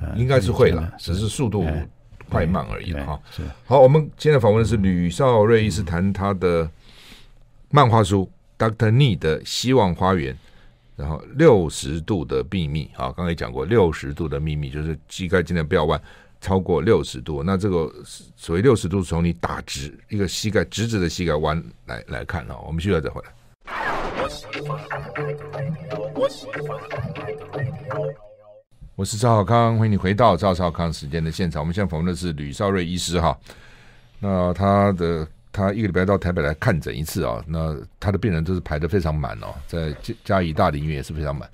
[SPEAKER 2] 啊
[SPEAKER 1] 嗯应该是会
[SPEAKER 2] 真
[SPEAKER 1] 了
[SPEAKER 2] 的，
[SPEAKER 1] 只是速度
[SPEAKER 2] 哎
[SPEAKER 1] 快慢而已了
[SPEAKER 2] 对
[SPEAKER 1] 哈。
[SPEAKER 2] 是
[SPEAKER 1] 好，我们今天的访问的是吕少瑞医师，谈他的漫画书《Doctor Nee 的希望花园》，然后六十度的秘密啊，刚才也讲过六十度的秘密就是膝盖尽量不要弯超过六十度。那这个所谓六十度，是从你打直一个膝盖直直的膝盖弯来来看啊。我们休息一下再回来。我是赵少康，欢迎你回到赵少康时间的现场。我们现在访问的是吕少瑞医师哈，那他的呃他一个礼拜到台北来看诊一次啊、那他的病人都是排的非常满哦，在嘉嘉义大林医院也是非常满。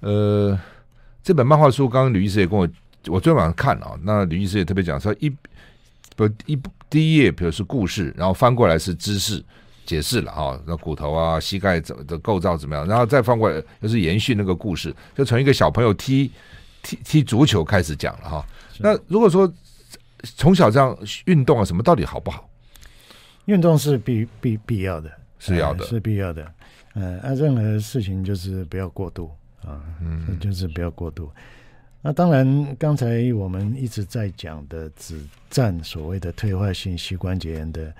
[SPEAKER 1] 呃，这本漫画书，刚刚吕医师也跟我，我昨天晚上看啊、那吕医师也特别讲说一不一第一页，比如是故事，然后翻过来是知识。解释了哈，那骨头啊、膝盖怎的构造怎么样，然后再翻过来就是延续那个故事，就从一个小朋友踢踢踢足球开始讲了哈。那如果说从小这样运动啊，什么到底好不好？
[SPEAKER 2] 运动是必必必要的，
[SPEAKER 1] 是要的
[SPEAKER 2] 呃是必要的。呃，啊，任何事情就是不要过度啊，嗯，就是不要过度。那当然，刚才我们一直在讲的，只占所谓的退化性膝关节炎的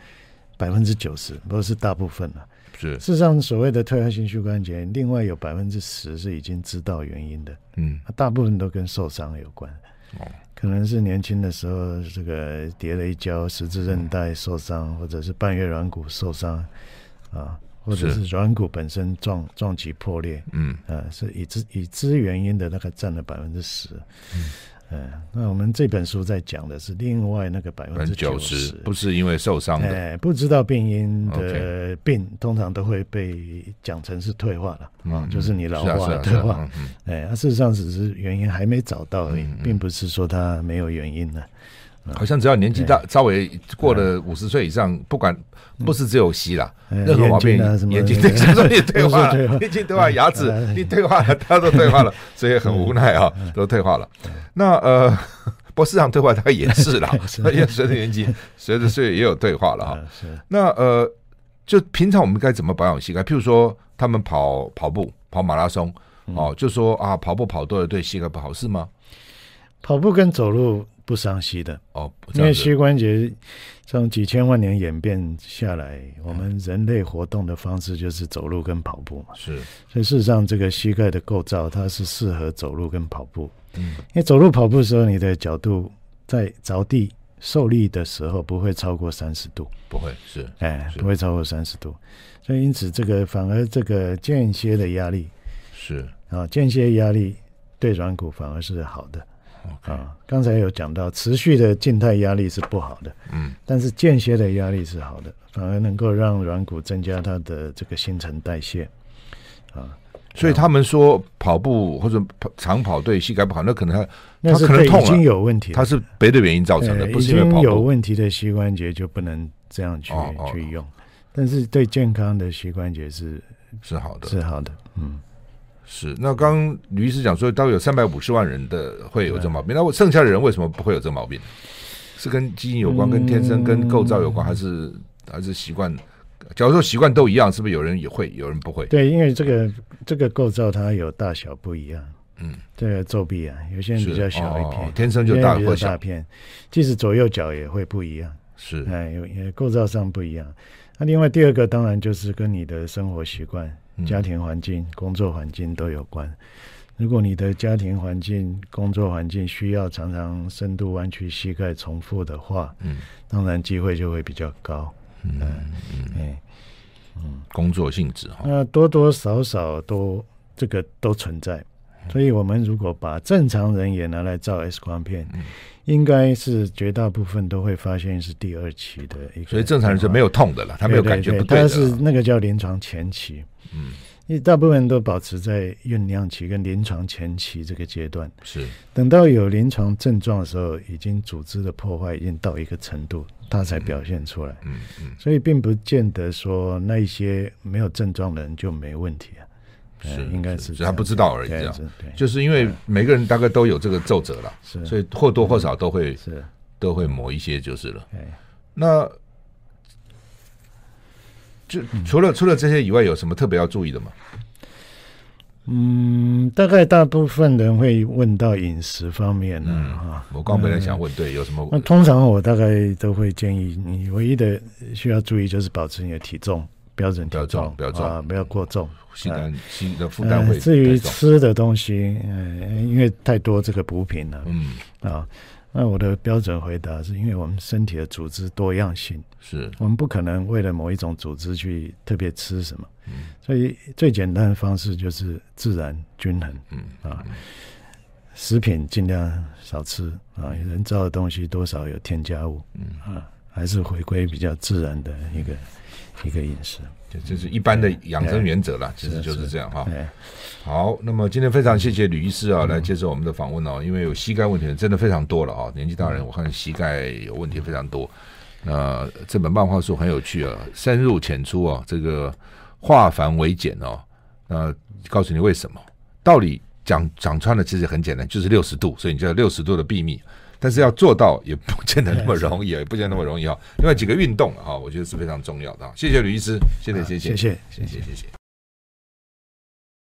[SPEAKER 2] 百分之九十，不过是大部分了、
[SPEAKER 1] 是，
[SPEAKER 2] 事实上，所谓的退化性膝关节炎，另外有百分之十是已经知道原因的，
[SPEAKER 1] 嗯，
[SPEAKER 2] 啊大部分都跟受伤有关。
[SPEAKER 1] 哦
[SPEAKER 2] 可能是年轻的时候这个跌了一跤，十字韧带受伤，或者是半月软骨受伤，啊，或者
[SPEAKER 1] 是
[SPEAKER 2] 是软骨本身撞撞击破裂，
[SPEAKER 1] 嗯，
[SPEAKER 2] 啊，是已知已知原因的大概占了百分之十。嗯，那我们这本书在讲的是另外那个百
[SPEAKER 1] 百
[SPEAKER 2] 分
[SPEAKER 1] 分
[SPEAKER 2] 之
[SPEAKER 1] 之九
[SPEAKER 2] 九
[SPEAKER 1] 十
[SPEAKER 2] 十，
[SPEAKER 1] 不是因为受伤的，
[SPEAKER 2] 哎，不知道病因的病，通常都会被讲成是退化了，
[SPEAKER 1] 嗯
[SPEAKER 2] 啊，
[SPEAKER 1] 嗯
[SPEAKER 2] 就是你老
[SPEAKER 1] 是啊
[SPEAKER 2] 化
[SPEAKER 1] 是
[SPEAKER 2] 了，
[SPEAKER 1] 啊
[SPEAKER 2] 退
[SPEAKER 1] 是啊
[SPEAKER 2] 化。
[SPEAKER 1] 嗯嗯
[SPEAKER 2] 哎，它事实上只是原因还没找到而已
[SPEAKER 1] 嗯嗯，
[SPEAKER 2] 并不是说它没有原因呢。啊
[SPEAKER 1] 好像只要年纪大，稍微过
[SPEAKER 2] 哎
[SPEAKER 1] 了五十岁以上，不管不是只有膝啦，
[SPEAKER 2] 嗯
[SPEAKER 1] 任何毛病
[SPEAKER 2] 眼睛啊什，么
[SPEAKER 1] 眼睛
[SPEAKER 2] 的
[SPEAKER 1] 对， (laughs) 他说你退化
[SPEAKER 2] (laughs) 都是退
[SPEAKER 1] 了，
[SPEAKER 2] 化
[SPEAKER 1] 眼睛退化，牙齿
[SPEAKER 2] 哎
[SPEAKER 1] 你退化了，他都退化
[SPEAKER 2] (laughs)
[SPEAKER 1] 了，所以很无奈啊，都退化了。
[SPEAKER 2] 哎
[SPEAKER 1] 那呃， (laughs) 不过市场退化它也是
[SPEAKER 2] (laughs)
[SPEAKER 1] 啦，它也随着年纪，随着岁月也有退化了哈。
[SPEAKER 2] 啊，是，
[SPEAKER 1] 那呃，就平常我们该怎么保养膝盖？譬如说，他们跑跑步、跑马拉松，
[SPEAKER 2] 嗯
[SPEAKER 1] 哦，就说啊，跑步跑多了对膝盖不好是吗？
[SPEAKER 2] 跑步跟走路不伤膝的，
[SPEAKER 1] 哦，这
[SPEAKER 2] 因
[SPEAKER 1] 样
[SPEAKER 2] 为
[SPEAKER 1] 子
[SPEAKER 2] 膝关节从几千万年演变下来，
[SPEAKER 1] 嗯
[SPEAKER 2] 我们人类活动的方式就是走路跟跑步嘛。
[SPEAKER 1] 是，
[SPEAKER 2] 所以事实上，这个膝盖的构造它是适合走路跟跑步，
[SPEAKER 1] 嗯
[SPEAKER 2] 因为走路跑步的时候，你的角度在着地受力的时候不会超过三十度。
[SPEAKER 1] 不会是，
[SPEAKER 2] 哎，
[SPEAKER 1] 是
[SPEAKER 2] 不会超过三十度，所以因此这个反而这个间歇的压力
[SPEAKER 1] 是
[SPEAKER 2] 啊，间歇压力对软骨反而是好的
[SPEAKER 1] OK，
[SPEAKER 2] 啊。刚才有讲到，持续的静态压力是不好的，
[SPEAKER 1] 嗯，
[SPEAKER 2] 但是间歇的压力是好的，反而能够让软骨增加它的这个新陈代谢啊。
[SPEAKER 1] 所以他们说跑步或者跑长跑对膝盖不好，那可能他
[SPEAKER 2] 那
[SPEAKER 1] 他
[SPEAKER 2] 是
[SPEAKER 1] 可能
[SPEAKER 2] 对
[SPEAKER 1] 痛
[SPEAKER 2] 已经
[SPEAKER 1] 了，
[SPEAKER 2] 有问题了，
[SPEAKER 1] 他是别的原因造成的，
[SPEAKER 2] 呃
[SPEAKER 1] 不
[SPEAKER 2] 已
[SPEAKER 1] 是因为
[SPEAKER 2] 经
[SPEAKER 1] 跑
[SPEAKER 2] 有
[SPEAKER 1] 步。
[SPEAKER 2] 问题的膝关节就不能这样去
[SPEAKER 1] 哦哦
[SPEAKER 2] 去用，但是对健康的膝关节是
[SPEAKER 1] 是好的，
[SPEAKER 2] 是好的，嗯。
[SPEAKER 1] 是。那刚刚吕医师讲说，大概有三百五十万人的会有这毛病，那我剩下的人为什么不会有这毛病？是跟基因有关，跟天
[SPEAKER 2] 嗯
[SPEAKER 1] 生、跟构造有关，还是还是习惯？假如说习惯都一样，是不是有人也会，有人不会？
[SPEAKER 2] 对，因为这个这个构造它有大小不一样，
[SPEAKER 1] 嗯，
[SPEAKER 2] 这个皱臂啊，有些人
[SPEAKER 1] 是
[SPEAKER 2] 比较小一片，
[SPEAKER 1] 哦天生就
[SPEAKER 2] 有些
[SPEAKER 1] 大
[SPEAKER 2] 人比
[SPEAKER 1] 或小
[SPEAKER 2] 较大片，即使左右脚也会不一样，
[SPEAKER 1] 是
[SPEAKER 2] 哎，有也构造上不一样。那另外第二个当然就是跟你的生活习惯、
[SPEAKER 1] 嗯
[SPEAKER 2] 家庭环境、工作环境都有关。如果你的家庭环境、工作环境需要常常深度弯曲膝盖重复的话，
[SPEAKER 1] 嗯
[SPEAKER 2] 当然机会就会比较高。
[SPEAKER 1] 嗯嗯，
[SPEAKER 2] 哎，
[SPEAKER 1] 工作性质哈，
[SPEAKER 2] 那多多少少都这个都存在，
[SPEAKER 1] 嗯
[SPEAKER 2] 所以我们如果把正常人也拿来照 X 光片，
[SPEAKER 1] 嗯
[SPEAKER 2] 应该是绝大部分都会发现是第二期的一个。
[SPEAKER 1] 所以正常人是没
[SPEAKER 2] 有，
[SPEAKER 1] 有痛的了，他没有感觉不对
[SPEAKER 2] 他
[SPEAKER 1] 的
[SPEAKER 2] 是
[SPEAKER 1] 啦。
[SPEAKER 2] 那个叫临床前期，
[SPEAKER 1] 嗯，
[SPEAKER 2] 因为大部分都保持在酝酿期跟临床前期这个阶段。
[SPEAKER 1] 是
[SPEAKER 2] 等到有临床症状的时候，已经组织的破坏已经到一个程度，它才表现出来。
[SPEAKER 1] 嗯嗯
[SPEAKER 2] 所以并不见得说那一些没有症状的人就没问题啊，呃
[SPEAKER 1] 是
[SPEAKER 2] 应该
[SPEAKER 1] 是
[SPEAKER 2] 是
[SPEAKER 1] 是
[SPEAKER 2] 这
[SPEAKER 1] 他
[SPEAKER 2] 样
[SPEAKER 1] 不
[SPEAKER 2] 子
[SPEAKER 1] 知道而已
[SPEAKER 2] 对
[SPEAKER 1] 这样
[SPEAKER 2] 是对，
[SPEAKER 1] 就是因为每个人大概都有这个皱褶了，
[SPEAKER 2] 是
[SPEAKER 1] 所以或多或少都会
[SPEAKER 2] 是
[SPEAKER 1] 都会磨一些就是了。
[SPEAKER 2] 哎，
[SPEAKER 1] 那就除了除了这些以外，有什么特别要注意的吗？
[SPEAKER 2] 嗯，大概大部分人会问到饮食方面呢、
[SPEAKER 1] 嗯
[SPEAKER 2] 啊，
[SPEAKER 1] 我刚本来想问，对，有什么
[SPEAKER 2] 嗯那通常我大概都会建议你，唯一的需要注意就是保持你的体重标准体
[SPEAKER 1] 不要重
[SPEAKER 2] 重，
[SPEAKER 1] 不要重
[SPEAKER 2] 啊，不要过重。
[SPEAKER 1] 心担心的负担
[SPEAKER 2] 呃
[SPEAKER 1] 会
[SPEAKER 2] 至于
[SPEAKER 1] 太重
[SPEAKER 2] 吃的东西，呃，因为太多这个补品了
[SPEAKER 1] 嗯，
[SPEAKER 2] 啊。那我的标准回答是因为我们身体的组织多样性，
[SPEAKER 1] 是
[SPEAKER 2] 我们不可能为了某一种组织去特别吃什么，
[SPEAKER 1] 嗯
[SPEAKER 2] 所以最简单的方式就是自然均衡
[SPEAKER 1] 嗯
[SPEAKER 2] 啊，食品尽量少吃啊，人造的东西多少有添加物
[SPEAKER 1] 嗯
[SPEAKER 2] 啊，还是回归比较自然的一个一个饮食。
[SPEAKER 1] 这这是一般的养生原则啦，其实就是这样哈。
[SPEAKER 2] 哎，
[SPEAKER 1] 好，那么今天非常谢谢吕医师啊，来接受我们的访问哦。因为有膝盖问题的人真的非常多了啊，年纪大人我看膝盖有问题非常多。那这本漫画书很有趣啊，深入浅出啊，这个化繁为简哦。那告诉你为什么？道理讲讲穿了，其实很简单，就是六十度，所以你叫六十度的秘密。但是要做到也不见得那么容 (laughs) 易，也不见得那么啊容易啊。另外几个运动啊，我觉得是非常重要的啊。谢谢吕医师，谢谢谢谢
[SPEAKER 2] 谢谢谢谢。
[SPEAKER 1] 谢谢谢谢。